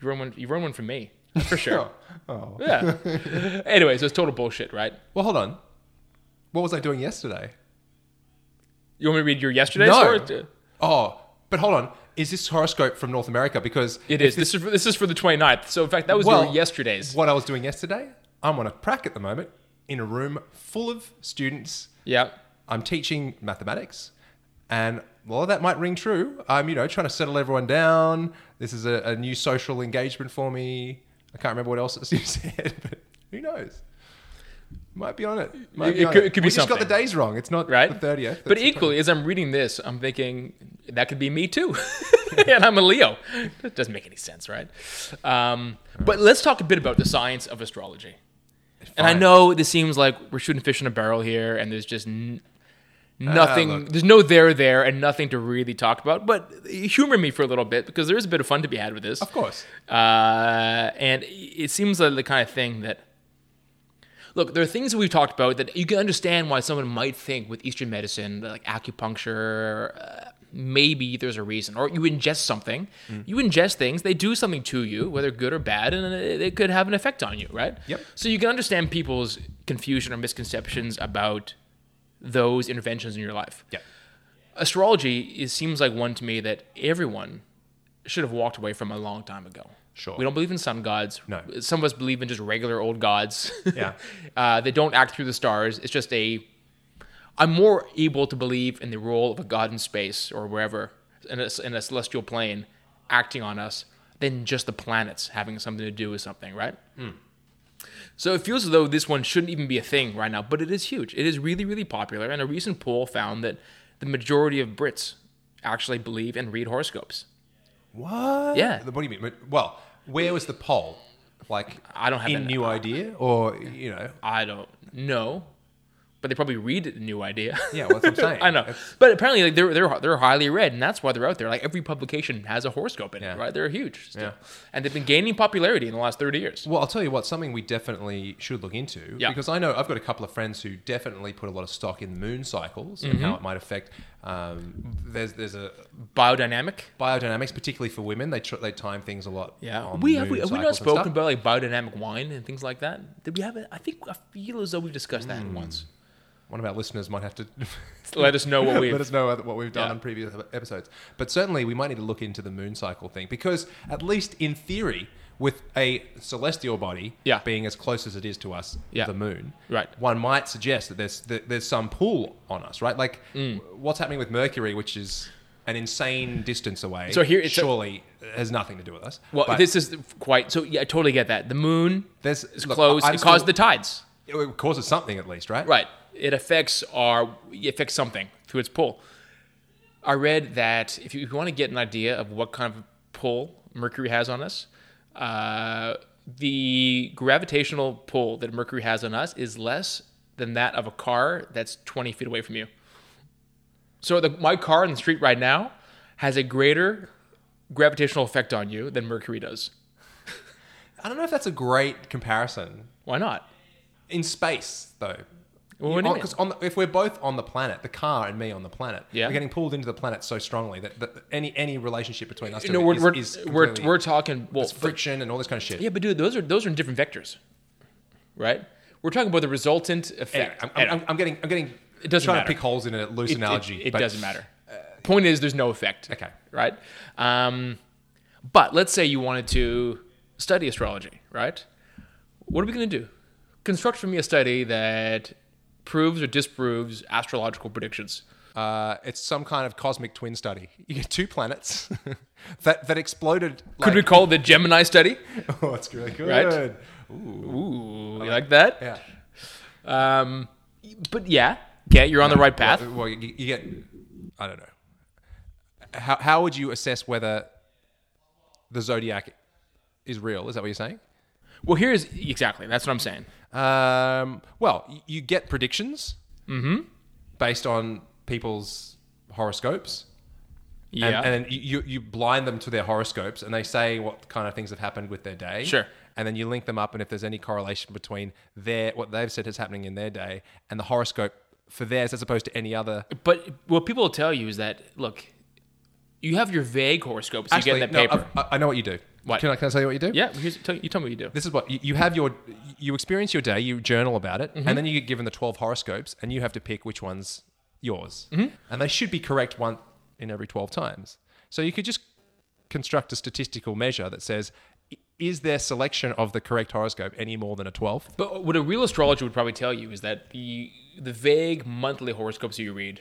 Speaker 2: You earn one. You earn one from me that's for sure.
Speaker 1: Oh.
Speaker 2: yeah. Anyway, so it's total bullshit, right?
Speaker 1: Well, hold on. What was I doing yesterday?
Speaker 2: You want me to read your yesterday's?
Speaker 1: No.
Speaker 2: story?
Speaker 1: Oh, but hold on. Is this horoscope from North America? Because
Speaker 2: It is. This is for, this is for the 29th. So in fact, that was your
Speaker 1: Well,
Speaker 2: yesterday's.
Speaker 1: what I was doing yesterday, I'm on a prac at the moment in a room full of students.
Speaker 2: Yeah.
Speaker 1: I'm teaching mathematics, and while that might ring true, I'm you know trying to settle everyone down. This is a, a new social engagement for me. I can't remember what else you said, but who knows? Might be on it. Might
Speaker 2: It-
Speaker 1: be
Speaker 2: it
Speaker 1: on
Speaker 2: could- it could be
Speaker 1: we just got
Speaker 2: something.
Speaker 1: the days wrong. It's not
Speaker 2: right?
Speaker 1: the thirtieth.
Speaker 2: But equally, as I'm reading this, I'm thinking that could be me too, and I'm a Leo. That doesn't make any sense, right? Um, but let's talk a bit about the science of astrology. And I
Speaker 1: Fine.
Speaker 2: know this seems like we're shooting fish in a barrel here, and there's just n- nothing.
Speaker 1: Ah, look.
Speaker 2: there's no there there, and nothing to really talk about. But humor me for a little bit because there is a bit of fun to be had with this
Speaker 1: of course.
Speaker 2: uh, and it seems like the kind of thing that look there are things that we've talked about that you can understand why someone might think with eastern medicine like acupuncture uh, maybe there's a reason or you ingest something you ingest things they do something to you whether good or bad and it, it could have an effect on you right
Speaker 1: Yep.
Speaker 2: so you can understand people's confusion or misconceptions about those interventions in your life
Speaker 1: Yeah.
Speaker 2: astrology is, seems like one to me that everyone should have walked away from a long time ago.
Speaker 1: Sure.
Speaker 2: We don't believe in sun gods.
Speaker 1: No.
Speaker 2: Some of us believe in just regular old gods.
Speaker 1: Yeah.
Speaker 2: uh, they don't act through the stars. It's just a. I'm more able to believe in the role of a god in space or wherever in a, in a celestial plane acting on us than just the planets having something to do with something, right?
Speaker 1: Hmm.
Speaker 2: So it feels as though this one shouldn't even be a thing right now, but it is huge. It is really, really popular. And a recent poll found that the majority of Brits actually believe and read horoscopes.
Speaker 1: What?
Speaker 2: Yeah.
Speaker 1: What do you mean? Well, where was the poll? Like,
Speaker 2: I don't have
Speaker 1: in
Speaker 2: that-
Speaker 1: new idea, or you know,
Speaker 2: I don't know, but they probably read a new idea.
Speaker 1: yeah. Well, that's what I'm saying.
Speaker 2: I know, but apparently like they're they're they're highly read, and that's why they're out there. Like every publication has a horoscope in
Speaker 1: Yeah.
Speaker 2: it, right? They're huge, still.
Speaker 1: Yeah.
Speaker 2: and they've been gaining popularity in the last thirty years.
Speaker 1: Well, I'll tell you what, something we definitely should look into
Speaker 2: Yeah.
Speaker 1: because I know I've got a couple of friends who definitely put a lot of stock in moon cycles and
Speaker 2: Mm-hmm.
Speaker 1: how it might affect. Um, there's there's a
Speaker 2: Biodynamic,
Speaker 1: biodynamics, particularly for women. They tr- they time things a lot.
Speaker 2: yeah.
Speaker 1: on
Speaker 2: We
Speaker 1: the
Speaker 2: have
Speaker 1: moon
Speaker 2: we, have we not
Speaker 1: cycles and stuff.
Speaker 2: spoken about like biodynamic wine and things like that? Did we have it? I think I feel as though we've discussed that
Speaker 1: Hmm.
Speaker 2: once.
Speaker 1: One of our listeners might have to
Speaker 2: Let us know what we.
Speaker 1: let us know what we've done
Speaker 2: Yeah.
Speaker 1: on previous episodes. But certainly, we might need to look into the moon cycle thing because, at least in theory, with a celestial body
Speaker 2: Yeah.
Speaker 1: being as close as it is to us,
Speaker 2: Yeah.
Speaker 1: the moon,
Speaker 2: Right.
Speaker 1: one might suggest that there's that there's some pull on us, right? Like
Speaker 2: Mm.
Speaker 1: w- what's happening with Mercury, which is an insane distance away.
Speaker 2: So here it's a-
Speaker 1: surely has nothing to do with us.
Speaker 2: Well,
Speaker 1: But
Speaker 2: this is quite so. Yeah, I totally get that. The moon
Speaker 1: There's-
Speaker 2: is
Speaker 1: look,
Speaker 2: close.
Speaker 1: I'm
Speaker 2: It caused
Speaker 1: still-
Speaker 2: the tides.
Speaker 1: it causes something at least, right?
Speaker 2: Right. It affects our it affects something through its pull. I read that if you, if you want to get an idea of what kind of pull Mercury has on us, uh, the gravitational pull that Mercury has on us is less than that of a car that's 20 feet away from you. So the, my car in the street right now has a greater gravitational effect on you than Mercury does.
Speaker 1: I don't know if that's a great comparison.
Speaker 2: Why not?
Speaker 1: in space though.
Speaker 2: Well, what do you mean?
Speaker 1: Because Oh, on the, if we're both on the planet, the car and me on the planet,
Speaker 2: Yeah.
Speaker 1: we're getting pulled into the planet so strongly that, that any any relationship between us two
Speaker 2: No, we're,
Speaker 1: is,
Speaker 2: we're,
Speaker 1: is
Speaker 2: we're,
Speaker 1: completely-
Speaker 2: we're talking well,
Speaker 1: it's friction and all this kind of shit.
Speaker 2: Yeah, but dude, those are those are in different vectors, right? We're talking about the resultant
Speaker 1: Anyway,
Speaker 2: effect.
Speaker 1: I'm, I'm, I'm, I'm getting I'm getting
Speaker 2: It doesn't
Speaker 1: trying
Speaker 2: matter.
Speaker 1: to pick holes in a loose
Speaker 2: It-
Speaker 1: analogy.
Speaker 2: It, it
Speaker 1: but-
Speaker 2: doesn't matter. Point is, there's no effect.
Speaker 1: Okay.
Speaker 2: right? Um, but let's say you wanted to study astrology, right? What are we going to do? Construct for me a study that proves or disproves astrological predictions.
Speaker 1: Uh, it's some kind of cosmic twin study. You get two planets that that exploded.
Speaker 2: Could we
Speaker 1: like,
Speaker 2: call it the Gemini study?
Speaker 1: Oh, it's really good.
Speaker 2: Right? Ooh, you like that?
Speaker 1: Yeah.
Speaker 2: Um, but yeah, okay, you're on the right path.
Speaker 1: Well, well, you, you get. I don't know. How how would you assess whether the zodiac is real? Is that what you're saying?
Speaker 2: Well, here's exactly that's what I'm saying.
Speaker 1: Um, well, y- you get predictions
Speaker 2: Mm-hmm.
Speaker 1: based on people's horoscopes.
Speaker 2: Yeah.
Speaker 1: And, and then you, you blind them to their horoscopes and they say what kind of things have happened with their day.
Speaker 2: Sure.
Speaker 1: And then you link them up, and if there's any correlation between their what they've said is happening in their day and the horoscope for theirs as opposed to any other
Speaker 2: But what people will tell you is that look, you have your vague horoscopes you get in that
Speaker 1: no,
Speaker 2: paper.
Speaker 1: I've- I, I know what you do.
Speaker 2: What?
Speaker 1: Can I, can I tell you what you do?
Speaker 2: yeah, here's, tell, you tell me what you do.
Speaker 1: This is what you, you have your you experience your day, you journal about it,
Speaker 2: Mm-hmm.
Speaker 1: and then you get given the twelve horoscopes, and you have to pick which one's yours,
Speaker 2: Mm-hmm.
Speaker 1: and they should be correct one in every twelve times. So you could just construct a statistical measure that says. i- Is their selection of the correct horoscope any more than a 12?
Speaker 2: But what a real astrologer would probably tell you is that the the vague monthly horoscopes you read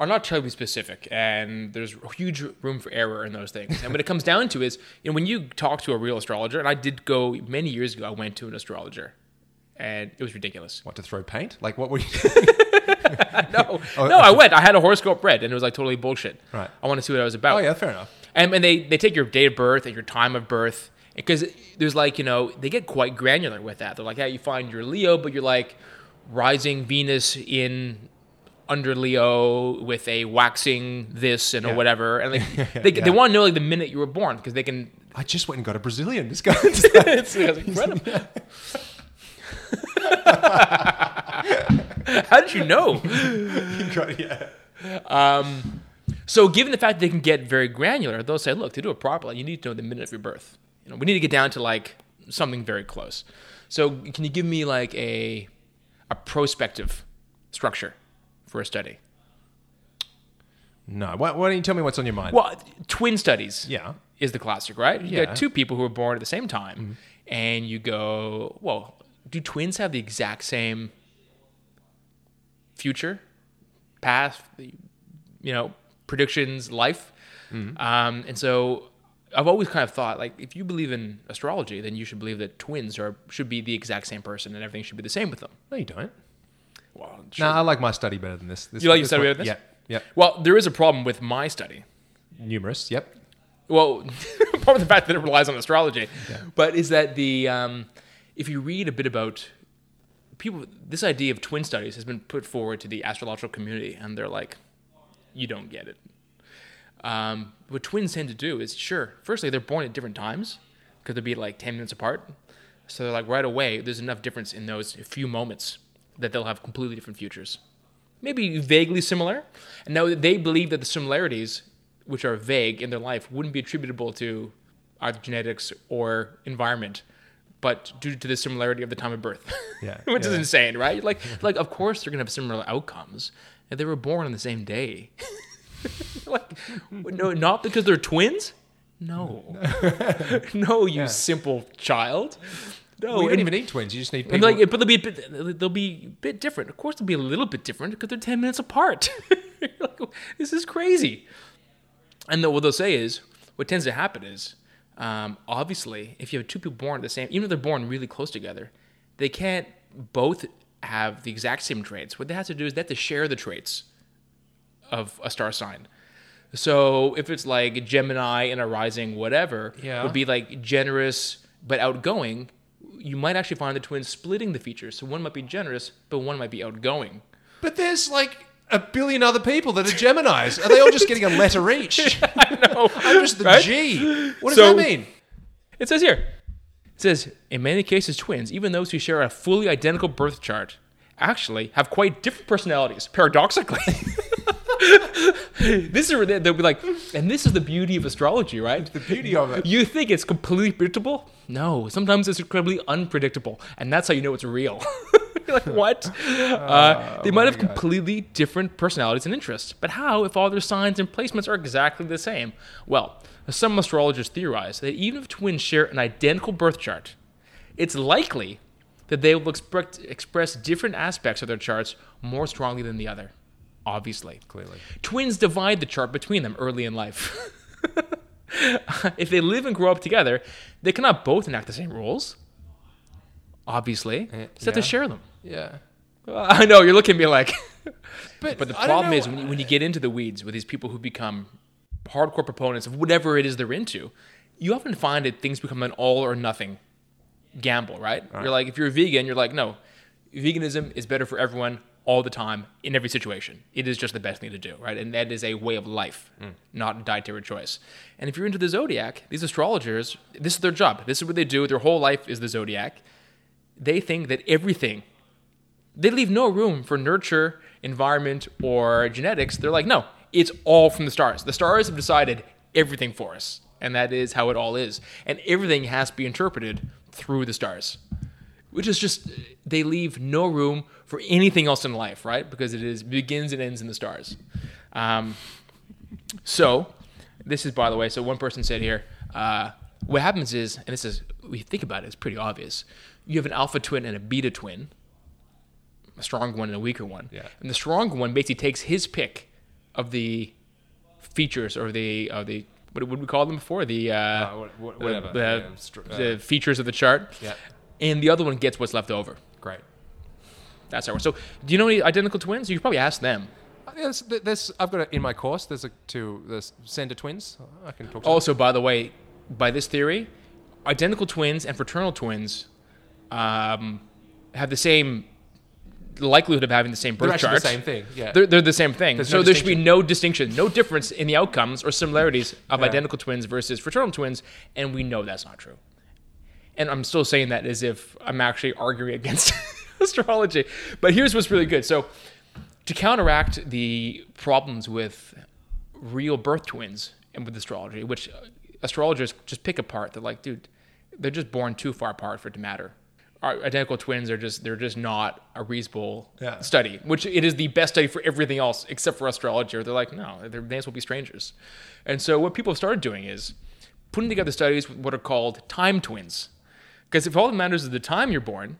Speaker 2: are not terribly specific, and there's huge room for error in those things. And what it comes down to is, you know, when you talk to a real astrologer, and I did go many years ago, I went to an astrologer, and it was ridiculous.
Speaker 1: What to throw paint? Like what were you?
Speaker 2: No, no, I went. I had a horoscope read, and it was like totally bullshit.
Speaker 1: Right.
Speaker 2: I want to see what I was about.
Speaker 1: oh yeah, fair enough.
Speaker 2: And, and they, they take your date of birth and your time of birth because there's like, you know, they get quite granular with that. They're like, yeah, you find your Leo, but you're like rising Venus in under Leo with a waxing this and
Speaker 1: Yeah.
Speaker 2: or whatever. And like, they,
Speaker 1: Yeah.
Speaker 2: they want to know like the minute you were born because they can.
Speaker 1: I just went and got a Brazilian. This guy. That's
Speaker 2: It's it's incredible. How did you know?
Speaker 1: incredible. Yeah.
Speaker 2: So, given the fact that they can get very granular, they'll say, look, to do it properly, you need to know the minute of your birth. You know, we need to get down to like something very close. So, can you give me like a a prospective structure for a study?
Speaker 1: No. Why, why don't you tell me what's on your mind?
Speaker 2: Well, twin studies
Speaker 1: Yeah.
Speaker 2: is the classic, right? You
Speaker 1: Yeah.
Speaker 2: got two people who were born at the same time, and you go, well, do twins have the exact same future, past, you know, predictions, life? Um, and so I've always kind of thought, like, if you believe in astrology, then you should believe that twins are should be the exact same person, and everything should be the same with them.
Speaker 1: No, you don't.
Speaker 2: Well, sure.
Speaker 1: No, I like my study better than this. this
Speaker 2: You like your study
Speaker 1: one-
Speaker 2: better than this?
Speaker 1: Yep.
Speaker 2: well, there is a problem with my study.
Speaker 1: Yep. Numerous. Yep.
Speaker 2: well, part of the fact that it relies on astrology, but is that the um, if you read a bit about people, this idea of twin studies has been put forward to the astrological community, and they're like, you don't get it. Um, what twins tend to do is, sure, firstly they're born at different times because they'll be like ten minutes apart, so they're like right away. There's enough difference in those few moments that they'll have completely different futures maybe vaguely similar. And now they believe that the similarities, which are vague in their life, wouldn't be attributable to either genetics or environment, but due to the similarity of the time of birth.
Speaker 1: Yeah,
Speaker 2: which is
Speaker 1: yeah.
Speaker 2: insane, right? Like, like of course they're gonna have similar outcomes. And they were born on the same day. like, no, not because they're twins. No, no, you simple child. No,
Speaker 1: We don't
Speaker 2: and-
Speaker 1: even need twins. You just need people.
Speaker 2: and they're like, but they'll be a bit, they'll be a bit different. Of course, they'll be a little bit different because they're ten minutes apart. You're like, this is crazy. And then what they'll say is, what tends to happen is, um, obviously, if you have two people born at the same, even if they're born really close together, they can't both have the exact same traits. What they have to do is they have to share the traits of a star sign. So if it's like Gemini and a rising whatever,
Speaker 1: Yeah.
Speaker 2: would be like generous but outgoing. You might actually find the twins splitting the features. So one might be generous, but one might be outgoing.
Speaker 1: but there's like a billion other people that are Gemini's. Are they all just getting a letter each? I know. I'm just the
Speaker 2: right?
Speaker 1: G. What does
Speaker 2: So-
Speaker 1: that mean?
Speaker 2: It says here. It says in many cases, twins, even those who share a fully identical birth chart, actually have quite different personalities. Paradoxically, this is they'll be like, and this is the beauty of astrology, right? The
Speaker 1: beauty of it.
Speaker 2: You think it's completely predictable? No, sometimes it's incredibly unpredictable, and that's how you know it's real. You're like what?
Speaker 1: Oh
Speaker 2: Uh, they might have completely different personalities and interests, but how if all their signs and placements are exactly the same? Well, some astrologers theorize that even if twins share an identical birth chart, it's likely that they will expect, express different aspects of their charts more strongly than the other. Obviously,
Speaker 1: Clearly.
Speaker 2: twins divide the chart between them early in life. if they live and grow up together, they cannot both enact the same roles. Obviously,
Speaker 1: Eh, yeah.
Speaker 2: so they have to share them.
Speaker 1: Yeah.
Speaker 2: I know you're looking at me like, but the
Speaker 1: I don't
Speaker 2: problem
Speaker 1: know-
Speaker 2: is when you, when you get into the weeds with these people who become hardcore proponents of whatever it is they're into, you often find that things become an all or nothing gamble, right? You're like, if you're a vegan, you're like, no, veganism is better for everyone all the time in every situation. It is just the best thing to do, right? And that is a way of life,
Speaker 1: Mm.
Speaker 2: not a dietary choice. And if you're into the zodiac, these astrologers, this is their job. This is what they do. Their whole life is the zodiac. They think that everything they leave no room for nurture, environment, or genetics. They're like, no, it's all from the stars. The stars have decided everything for us. And that is how it all is. And everything has to be interpreted through the stars, which is just, they leave no room for anything else in life, right? Because it is begins and ends in the stars. Um, so, this is by the way. So one person said here, uh, what happens is, and this is, we think about it, it's pretty obvious. You have an alpha twin and a beta twin, a strong one and a weaker one.
Speaker 1: Yeah.
Speaker 2: And the strong one basically takes his pick of the features or the or the what would we call them before the uh,
Speaker 1: wha- wha-
Speaker 2: the-
Speaker 1: whatever.
Speaker 2: the,
Speaker 1: Yeah, str-
Speaker 2: the features of the chart.
Speaker 1: Yeah.
Speaker 2: And the other one gets what's left over. Great. That's our one. So, do you know any identical twins? You should probably ask them.
Speaker 1: There's, there's, I've got it in my course. There's a two. There's Sender twins. I can talk. To
Speaker 2: Also, by the way, by this theory, identical twins and fraternal twins um, have the same likelihood of having the same birth
Speaker 1: They're actually
Speaker 2: chart.
Speaker 1: the same thing, yeah.
Speaker 2: They're, they're the same thing.
Speaker 1: There's
Speaker 2: so
Speaker 1: no
Speaker 2: there should be no distinction, no difference in the outcomes or similarities of
Speaker 1: Yeah.
Speaker 2: identical twins versus fraternal twins, and we know that's not true. And I'm still saying that as if I'm actually arguing against astrology. But here's what's really good. So to counteract the problems with real birth twins and with astrology, which uh, astrologers just pick apart. They're like, dude, they're just born too far apart for it to matter. Our identical twins are just they're just not a reasonable
Speaker 1: Yeah.
Speaker 2: study, which it is the best study for everything else except for astrology. Or they're like, no, their names will be strangers. And so what people have started doing is putting together studies with what are called time twins. Because if all that matters is the time you're born,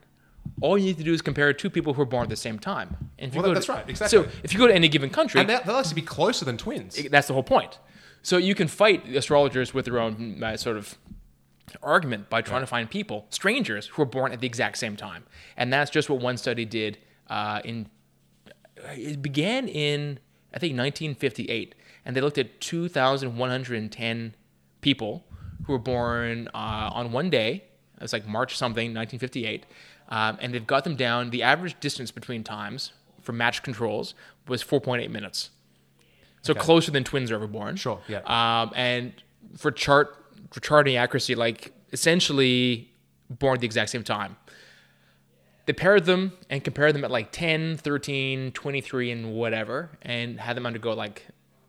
Speaker 2: all you need to do is compare two people who are born at the same time. And if you
Speaker 1: Well,
Speaker 2: go
Speaker 1: that's
Speaker 2: to-
Speaker 1: right, exactly.
Speaker 2: So if you go to any given country,
Speaker 1: and they'll, they'll actually be closer than twins.
Speaker 2: that's the whole point. So you can fight astrologers with their own uh, sort of argument by trying to find people, strangers, who are born at the exact same time. And that's just what one study did uh, in. It began in, I think, 1958. And they looked at 2,110 people who were born uh, on one day. It was like March something, 1958. Um, and they've got them down. The average distance between times for match controls was 4.8 minutes. So closer than twins are ever born.
Speaker 1: Sure, yeah.
Speaker 2: Um, and for chart for charting accuracy, like essentially born at the exact same time. They paired them and compared them at like 10, 13, 23, and whatever, and had them undergo like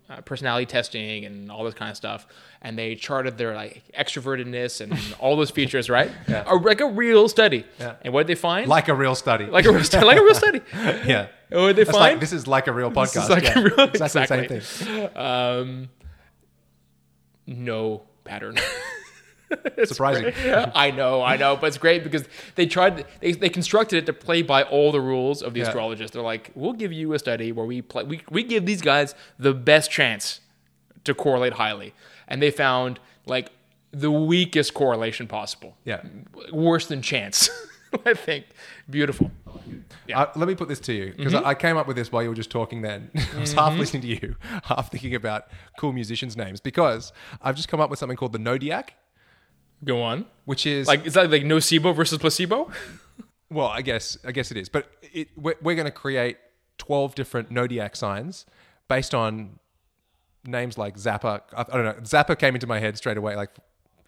Speaker 2: uh, personality testing and all this kind of stuff. And they charted their like extrovertedness and all those features, right?
Speaker 1: Yeah.
Speaker 2: A, like a real study.
Speaker 1: Yeah.
Speaker 2: And what did they find?
Speaker 1: Like a real study.
Speaker 2: like a real study. Like a real study.
Speaker 1: yeah.
Speaker 2: And what did they
Speaker 1: That's
Speaker 2: find?
Speaker 1: like, this is like a real podcast.
Speaker 2: This is like
Speaker 1: yeah.
Speaker 2: a real-
Speaker 1: exactly,
Speaker 2: exactly.
Speaker 1: the same thing.
Speaker 2: no pattern.
Speaker 1: Surprising.
Speaker 2: I know, I know, but it's great because they tried they, they constructed it to play by all the rules of the
Speaker 1: Yeah.
Speaker 2: astrologist. They're like, we'll give you a study where we play we, we give these guys the best chance to correlate highly. And they found like the weakest correlation possible.
Speaker 1: Yeah.
Speaker 2: Worse than chance. I think. Beautiful.
Speaker 1: Uh, let me put this to you because
Speaker 2: Mm-hmm.
Speaker 1: I, I came up with this while you were just talking. Then I was half listening to you, half thinking about cool musicians' names because I've just come up with something called the Nodiac,
Speaker 2: Go on.
Speaker 1: which is
Speaker 2: Like is that like nocebo versus placebo?
Speaker 1: Well, I guess I guess it is, but it, we're, we're going to create twelve different zodiac signs based on names like Zappa. I, I don't know. Zappa came into my head straight away, like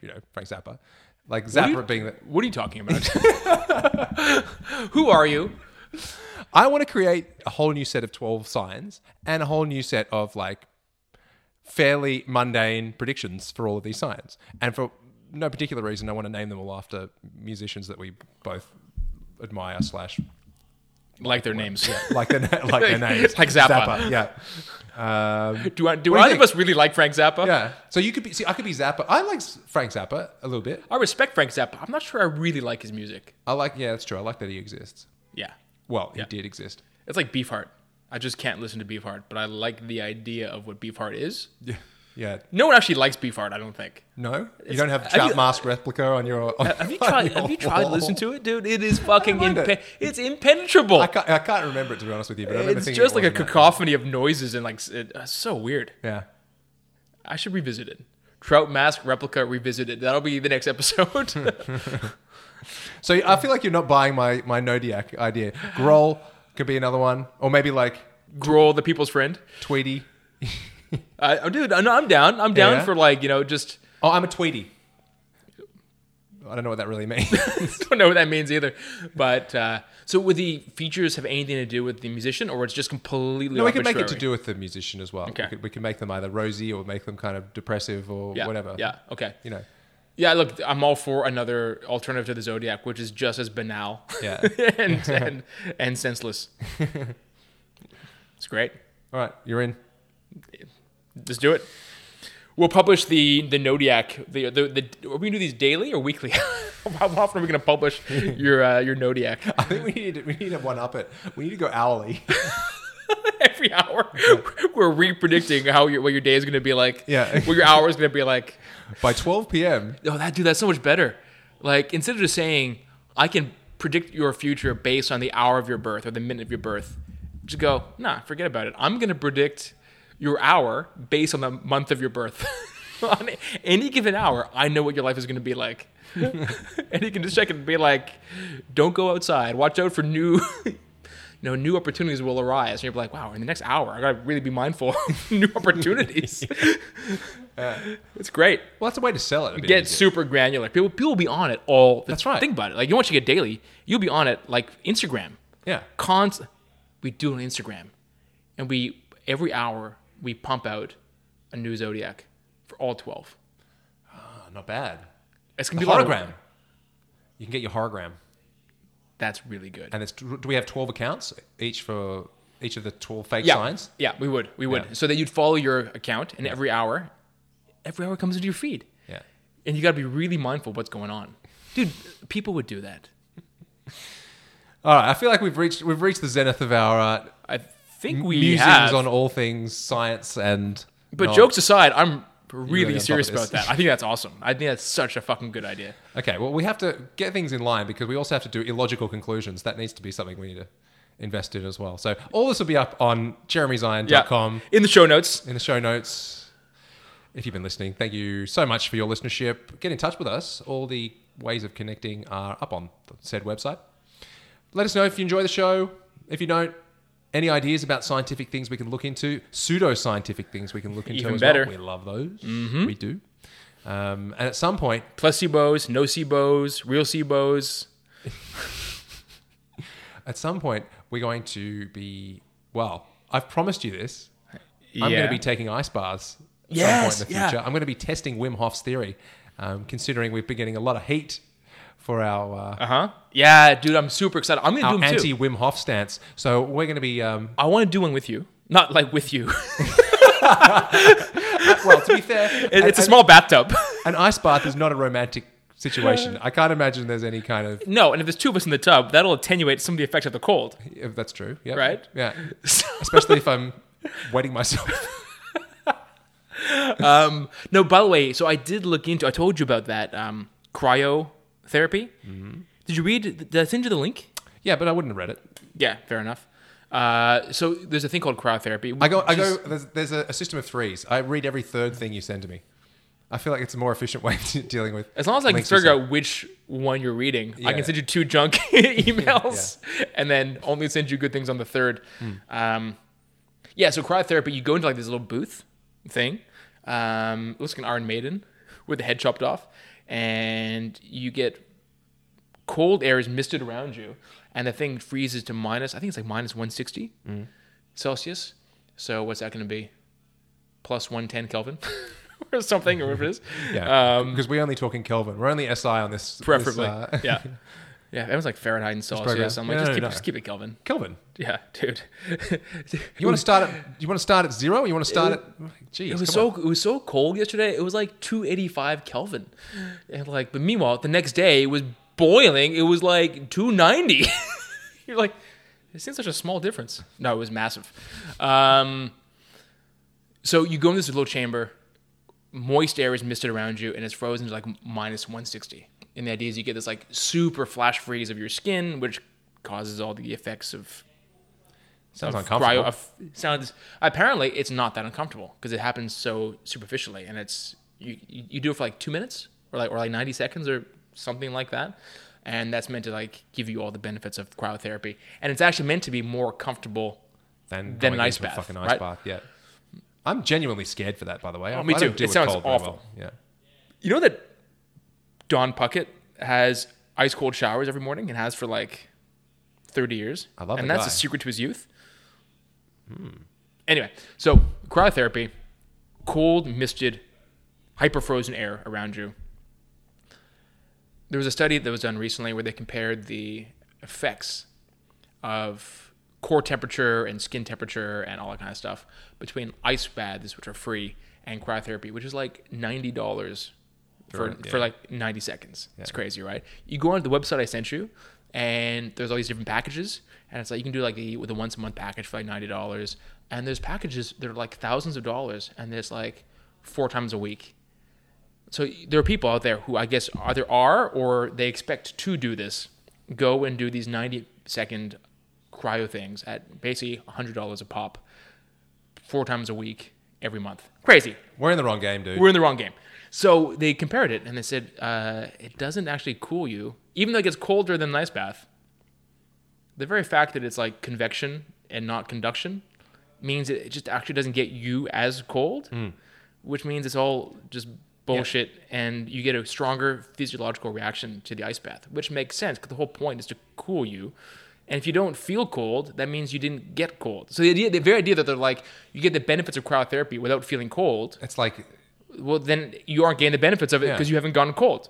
Speaker 1: you know Frank Zappa, like
Speaker 2: What are
Speaker 1: Zappa
Speaker 2: you-
Speaker 1: being the.
Speaker 2: What are you talking about? Who are you?
Speaker 1: I want to create a whole new set of twelve signs and a whole new set of like fairly mundane predictions for all of these signs, and for no particular reason, I want to name them all after musicians that we both admire slash
Speaker 2: Like their names.
Speaker 1: like their na- like their names
Speaker 2: Like Zappa.
Speaker 1: yeah. Um,
Speaker 2: Do, I, do
Speaker 1: do you
Speaker 2: either of
Speaker 1: think?
Speaker 2: us really like Frank Zappa?
Speaker 1: Yeah. So you could be. See, I could be Zappa. I like S- Frank Zappa a little bit.
Speaker 2: I respect Frank Zappa. I'm not sure I really like his music.
Speaker 1: I like. Yeah, that's true. I like that he exists.
Speaker 2: Yeah.
Speaker 1: Well,
Speaker 2: Yeah.
Speaker 1: he did exist.
Speaker 2: It's like Beefheart. I just can't listen to Beefheart, but I like the idea of what Beefheart is.
Speaker 1: Yeah. Yeah.
Speaker 2: No one actually likes Beefheart, I don't think.
Speaker 1: No, you don't have
Speaker 2: have
Speaker 1: Trout
Speaker 2: you-
Speaker 1: Mask replica on your. On,
Speaker 2: Have you
Speaker 1: on
Speaker 2: tried
Speaker 1: your
Speaker 2: have you tried to
Speaker 1: wall?
Speaker 2: listen to it, dude? It is fucking
Speaker 1: mind
Speaker 2: impe-
Speaker 1: it.
Speaker 2: it's impenetrable.
Speaker 1: I can't, I can't remember it to be honest with you, but I remember
Speaker 2: It's
Speaker 1: thinking
Speaker 2: just
Speaker 1: it
Speaker 2: like a
Speaker 1: wasn't that
Speaker 2: cacophony of noises and like s- it, uh, so weird.
Speaker 1: good. Yeah.
Speaker 2: I should revisit it. Trout Mask Replica Revisited. That'll be the next episode.
Speaker 1: So I feel like you're not buying my my Nodiac idea. Grohl could be another one, or maybe like
Speaker 2: Grohl, the people's friend.
Speaker 1: Tweety.
Speaker 2: Uh, oh, dude, no, I'm down. I'm down
Speaker 1: Yeah.
Speaker 2: for like, you know, just
Speaker 1: Oh, I'm a Tweety. I don't know what that really means.
Speaker 2: don't know what that means either. But uh, so, would the features have anything to do with the musician, or it's just completely?
Speaker 1: No, we can make it to
Speaker 2: arbitrary?
Speaker 1: do with the musician as well.
Speaker 2: Okay.
Speaker 1: We, could, we can make them either rosy or make them kind of depressive or
Speaker 2: yeah,
Speaker 1: whatever.
Speaker 2: Yeah. Okay.
Speaker 1: You know.
Speaker 2: Yeah. Look, I'm all for another alternative to the zodiac, which is just as banal.
Speaker 1: Yeah.
Speaker 2: and, and and senseless. it's great.
Speaker 1: All right, you're in.
Speaker 2: Let's do it. We'll publish the the Nodiac. The the, the are we gonna do these daily or weekly? How often are we gonna publish your uh, your Nodiac?
Speaker 1: I think we need to, we need to one up it. We need to go hourly.
Speaker 2: every hour we're re-predicting how your what your day is going to be like
Speaker 1: Yeah.
Speaker 2: what your hour is going to be like
Speaker 1: By 12 p.m.
Speaker 2: oh that dude that's so much better like instead of just saying i can predict your future based on the hour of your birth or the minute of your birth, just go, nah, forget about it. I'm going to predict your hour based on the month of your birth. on any given hour, I know what your life is going to be like. and you can just check it and be like, don't go outside. Watch out for new. You know, new opportunities will arise, and you're like, "Wow!" In the next hour, I gotta really be mindful of new opportunities. it's great
Speaker 1: Well, that's a way to sell it. A bit
Speaker 2: get
Speaker 1: easier.
Speaker 2: super granular. People people will be on it all. The
Speaker 1: That's right.
Speaker 2: Think about it. Like you want you get daily, you'll be on it like Instagram.
Speaker 1: Yeah.
Speaker 2: Cons, we do it on Instagram, and we every hour we pump out a new zodiac for all twelve.
Speaker 1: Oh, not bad.
Speaker 2: It's
Speaker 1: The
Speaker 2: gonna be a lot of-
Speaker 1: hologram. You can get your hologram,
Speaker 2: That's really good.
Speaker 1: and it's, do we have twelve accounts each for each of the twelve fake
Speaker 2: yeah,
Speaker 1: signs?
Speaker 2: yeah, we would, we would.
Speaker 1: Yeah.
Speaker 2: So that you'd follow your account, and every hour, every hour comes into your feed,
Speaker 1: Yeah.
Speaker 2: and you gotta be really mindful of what's going on, dude. People would do that.
Speaker 1: All right. I feel like we've reached we've reached the zenith of our uh,
Speaker 2: I think we
Speaker 1: musings
Speaker 2: have
Speaker 1: on all things science and.
Speaker 2: But
Speaker 1: no-
Speaker 2: jokes aside, I'm
Speaker 1: really
Speaker 2: really
Speaker 1: on top
Speaker 2: serious
Speaker 1: of this.
Speaker 2: about that. I think that's awesome. I think that's such a fucking good idea.
Speaker 1: Okay. Well, we have to get things in line because we also have to do illogical conclusions. That needs to be something we need to invest in as well. So all this will be up on jeremyzion.com.
Speaker 2: In the show notes.
Speaker 1: in the show notes. If you've been listening, thank you so much for your listenership. Get in touch with us. All the ways of connecting are up on the said website. Let us know if you enjoy the show. If you don't, any ideas about scientific things we can look into, pseudo scientific things we can look into
Speaker 2: Even
Speaker 1: as well.
Speaker 2: better. Mm-hmm.
Speaker 1: We love those. We do. Um, and at some point,
Speaker 2: Placebos, nocebos, real sebos.
Speaker 1: at some point, we're going to be. Well, I've promised you this. I'm going to be taking ice baths at
Speaker 2: Yes,
Speaker 1: some point in the
Speaker 2: yeah.
Speaker 1: future. I'm going to be testing Wim Hof's theory, um, considering we've been getting a lot of heat for our, uh,
Speaker 2: uh huh. Yeah, dude, I'm super excited. I'm going to do
Speaker 1: our
Speaker 2: them
Speaker 1: anti
Speaker 2: too.
Speaker 1: Wim Hof stance. So we're going to be, um,
Speaker 2: I want to do one with you. Not like with you.
Speaker 1: well, to be fair,
Speaker 2: It- it's a
Speaker 1: an-
Speaker 2: small bathtub.
Speaker 1: An ice bath is not a romantic situation. I can't imagine there's any kind of,
Speaker 2: no, and if there's two of us in the tub, that'll attenuate some of the effects of the cold.
Speaker 1: if that's true. Yep.
Speaker 2: Right.
Speaker 1: Yeah. Especially if I'm wetting myself.
Speaker 2: Um, no, by the way, so I did look into. I told you about that um, cryotherapy.
Speaker 1: Mm-hmm.
Speaker 2: Did you read? Did I send you the link?
Speaker 1: yeah, but I wouldn't have read it.
Speaker 2: Yeah, fair enough. Uh, so there's a thing called cryotherapy.
Speaker 1: I go, I
Speaker 2: which is-
Speaker 1: go, there's, there's a, a system of threes. I read every third thing you send to me. I feel like it's a more efficient way of dealing with.
Speaker 2: As long as I can
Speaker 1: links yourself.
Speaker 2: figure out which one you're reading, I
Speaker 1: Yeah.
Speaker 2: can send you two junk emails and then only send you good things on the third. Um, yeah, so cryotherapy, you go into like this little booth thing. Um, it looks like an Iron Maiden with the head chopped off, and you get cold air is misted around you, and the thing freezes to minus, I think it's like minus 160
Speaker 1: Mm.
Speaker 2: Celsius. So what's that going to be? Plus 110 Kelvin or something, or whatever it is.
Speaker 1: Yeah,
Speaker 2: Um,
Speaker 1: because we only talk in Kelvin. We're only SI on this. this,
Speaker 2: preferably.
Speaker 1: uh,
Speaker 2: yeah, yeah. Everyone's like Fahrenheit and Celsius.
Speaker 1: program.
Speaker 2: I'm like,
Speaker 1: No,
Speaker 2: just,
Speaker 1: no,
Speaker 2: keep,
Speaker 1: no.
Speaker 2: just keep it Kelvin.
Speaker 1: Kelvin.
Speaker 2: Yeah, dude.
Speaker 1: You want to start at? You want to start at zero? Or you want to start at? Geez,
Speaker 2: It was
Speaker 1: come
Speaker 2: so it was so cold yesterday. It was like 285 Kelvin, and like, but meanwhile, the next day it was boiling. It was like 290. You're like, it seems such a small difference. No, it was massive. Um, so you go in this little chamber. Moist air is misted around you, and it's frozen to like minus 160. And the idea is you get this like super flash freeze of your skin, which causes all the effects of
Speaker 1: Sounds
Speaker 2: of
Speaker 1: uncomfortable.
Speaker 2: cryo- of- sounds apparently it's not that uncomfortable because it happens so superficially and it's you, you you do it for like two minutes or like or like ninety seconds or something like that, and that's meant to like give you all the benefits of cryotherapy and it's actually meant to be more comfortable.
Speaker 1: then
Speaker 2: then an
Speaker 1: going
Speaker 2: ice
Speaker 1: into a
Speaker 2: bath,
Speaker 1: Fucking ice
Speaker 2: right? Oh,
Speaker 1: bath. Yeah. I'm genuinely scared for that. By the way. I,
Speaker 2: me
Speaker 1: I don't
Speaker 2: too.
Speaker 1: deal
Speaker 2: It
Speaker 1: with
Speaker 2: sounds
Speaker 1: cold very
Speaker 2: awful.
Speaker 1: well. Yeah.
Speaker 2: You know that Don Puckett has ice cold showers every morning and has for like thirty years.
Speaker 1: I love
Speaker 2: and
Speaker 1: the guy.
Speaker 2: that's
Speaker 1: Hmm.
Speaker 2: a secret to his youth. Anyway, so cryotherapy, cold, misted, hyperfrozen air around you. There was a study that was done recently where they compared the effects of core temperature and skin temperature and all that kind of stuff between ice baths, which are free, and cryotherapy, which is like ninety dollars for
Speaker 1: Sure,
Speaker 2: for
Speaker 1: yeah.
Speaker 2: like ninety seconds. It's crazy, right? You go onto the website I sent you, and there's all these different packages, and it's like you can do like the with a once a month package for like ninety dollars, and there's packages that are like thousands of dollars, and there's like four times a week. So there are people out there who I guess either are or they expect to do this go and do these 90 second cryo things at basically $100 a pop, four times a week, every month. Crazy.
Speaker 1: We're in the wrong game, dude.
Speaker 2: We're in the wrong game. So they compared it and they said uh, it doesn't actually cool you, even though it gets colder than an ice bath. The very fact that it's like convection and not conduction means it just actually doesn't get you as cold, which means it's all just bullshit and you get a stronger physiological reaction to the ice bath, which makes sense because the whole point is to cool you. And if you don't feel cold, that means you didn't get cold. So the idea, the very idea that they're like, you get the benefits of cryotherapy without feeling cold
Speaker 1: it's like
Speaker 2: well then you aren't getting the benefits of it
Speaker 1: Yeah.
Speaker 2: because you haven't gone cold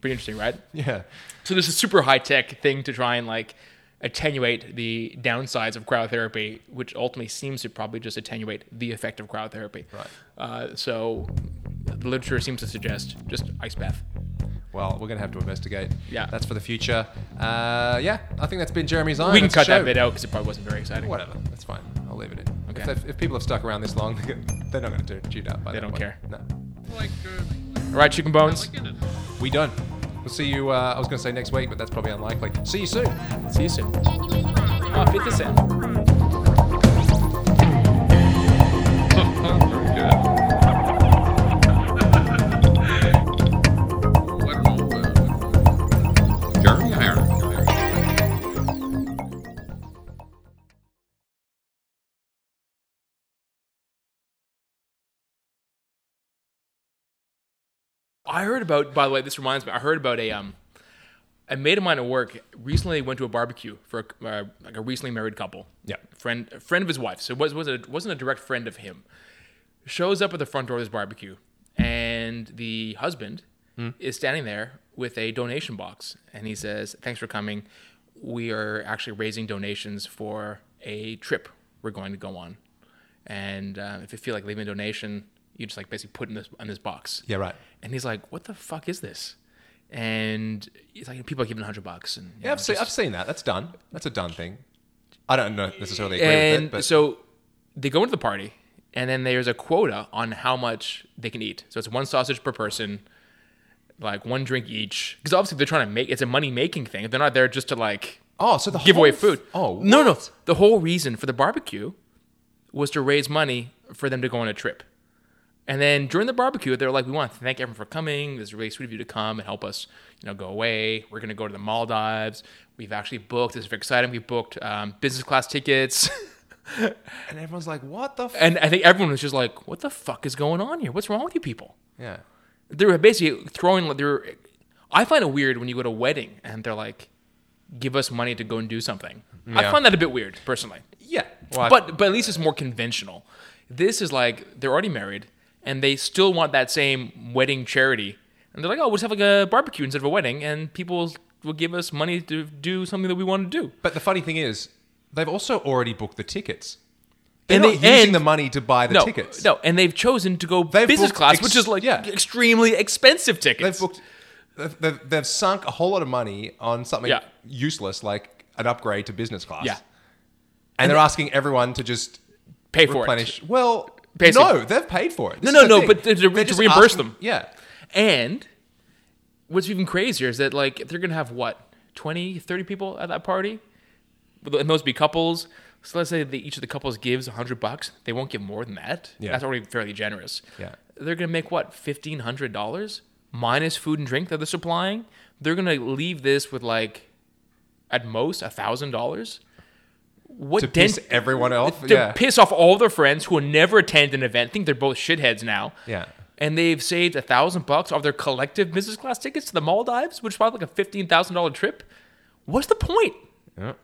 Speaker 2: pretty interesting right
Speaker 1: yeah.
Speaker 2: so this is super high tech thing to try and like attenuate the downsides of cryotherapy which ultimately seems to probably just attenuate the effect of cryotherapy
Speaker 1: Right.
Speaker 2: uh, so the literature seems to suggest just ice bath
Speaker 1: Well, we're going to have to investigate.
Speaker 2: Yeah.
Speaker 1: That's for the future. Uh, yeah, I think that's been Jeremy's Iron.
Speaker 2: we can
Speaker 1: That's the
Speaker 2: cut that
Speaker 1: show.
Speaker 2: bit out because it probably wasn't very exciting
Speaker 1: Whatever. That's fine. I'll leave it in.
Speaker 2: Okay.
Speaker 1: If, they've- if people have stuck around this long, they're not going to tune out by
Speaker 2: They
Speaker 1: that
Speaker 2: don't
Speaker 1: point.
Speaker 2: care.
Speaker 1: No.
Speaker 3: Like, uh,
Speaker 2: all right chicken bones
Speaker 3: like in it.
Speaker 1: We don't. We'll see you, uh, I was going to say next week, but that's probably unlikely. See you soon.
Speaker 2: see you soon oh, fit this in
Speaker 3: Very good. What an old, uh, Jeremy Irons.
Speaker 2: I heard about. By the way, this reminds me. I heard about a um, a mate of mine at work recently went to a barbecue for a, uh, like a recently married couple.
Speaker 1: Yeah.
Speaker 2: friend a friend of his wife. So it was was a, wasn't a direct friend of him. Shows up at the front door of this barbecue, and the husband
Speaker 1: Hmm.
Speaker 2: is standing there with a donation box, and he says, "Thanks for coming. We are actually raising donations for a trip we're going to go on, and uh, if you feel like leaving a donation." You just like basically put in this in this box.
Speaker 1: Yeah, right.
Speaker 2: And he's like, "What the fuck is this?" And he's like, "People are giving hundred bucks." And you
Speaker 1: Yeah,
Speaker 2: know,
Speaker 1: I've, seen, I've
Speaker 2: just-
Speaker 1: seen that. That's done. That's a done thing. I don't know, necessarily agree with
Speaker 2: and
Speaker 1: it, but
Speaker 2: so they go into the party, and then there's a quota on how much they can eat. So it's one sausage per person, like one drink each. Because obviously they're trying to make it's a money making thing. They're not there just to like
Speaker 1: oh, so the
Speaker 2: give away
Speaker 1: whole-
Speaker 2: food.
Speaker 1: Oh,
Speaker 2: no, no. The whole reason for the barbecue was to raise money for them to go on a trip. And then during the barbecue, they're like, "We want to thank everyone for coming. This is really sweet of you to come and help us, you know, go away. We're going to go to the Maldives. We've actually booked. This is very exciting. We booked um, business class tickets."
Speaker 1: and everyone's like, what the? F-?
Speaker 2: and I think everyone was just like, "What the fuck is going on here? What's wrong with you people?"
Speaker 1: yeah,
Speaker 2: they were basically throwing they were I find it weird when you go to a wedding and they're like give us money to go and do something. I
Speaker 1: Yeah.
Speaker 2: find that a bit weird personally.
Speaker 1: yeah. Well, I-
Speaker 2: But but at least it's more conventional. This is like they're already married and they still want that same wedding charity. And they're like, "Oh, we'll just have like a barbecue instead of a wedding and people will give us money to do something that we want to do."
Speaker 1: but the funny thing is, they've also already booked the tickets. They're
Speaker 2: And
Speaker 1: not
Speaker 2: they-
Speaker 1: using
Speaker 2: and-
Speaker 1: the money to buy the
Speaker 2: no,
Speaker 1: tickets.
Speaker 2: no, and they've chosen to go
Speaker 1: They've
Speaker 2: business
Speaker 1: booked
Speaker 2: class,
Speaker 1: ex-
Speaker 2: which is like
Speaker 1: yeah.
Speaker 2: extremely expensive
Speaker 1: they've
Speaker 2: tickets.
Speaker 1: booked. They've, they've, they've sunk a whole lot of money on something
Speaker 2: Yeah.
Speaker 1: useless like an upgrade to business class.
Speaker 2: Yeah.
Speaker 1: and, they're asking everyone to just
Speaker 2: Pay for it.
Speaker 1: replenish. Well,
Speaker 2: Basically.
Speaker 1: no, they've paid for it. This
Speaker 2: No,
Speaker 1: is the
Speaker 2: no, no,
Speaker 1: thing.
Speaker 2: but to- to
Speaker 1: just
Speaker 2: reimburse
Speaker 1: asking-
Speaker 2: them.
Speaker 1: Yeah,
Speaker 2: And what's even crazier is that like they're going to have what 20, 30 people at that party, and those be couples. So let's say that each of the couples gives hundred bucks. They won't give more than that.
Speaker 1: Yeah.
Speaker 2: That's already fairly generous.
Speaker 1: Yeah.
Speaker 2: They're going to make what fifteen hundred dollars minus food and drink that they're supplying. They're going to leave this with like at most a thousand dollars. What
Speaker 1: to
Speaker 2: dent-
Speaker 1: piss everyone off.
Speaker 2: to
Speaker 1: Yeah,
Speaker 2: piss off all their friends who will never attend an event. Think they're both shitheads now.
Speaker 1: Yeah.
Speaker 2: And they've saved a thousand bucks off their collective business class tickets to the Maldives, which is probably like a fifteen thousand dollar trip. What's the point?
Speaker 1: Yeah.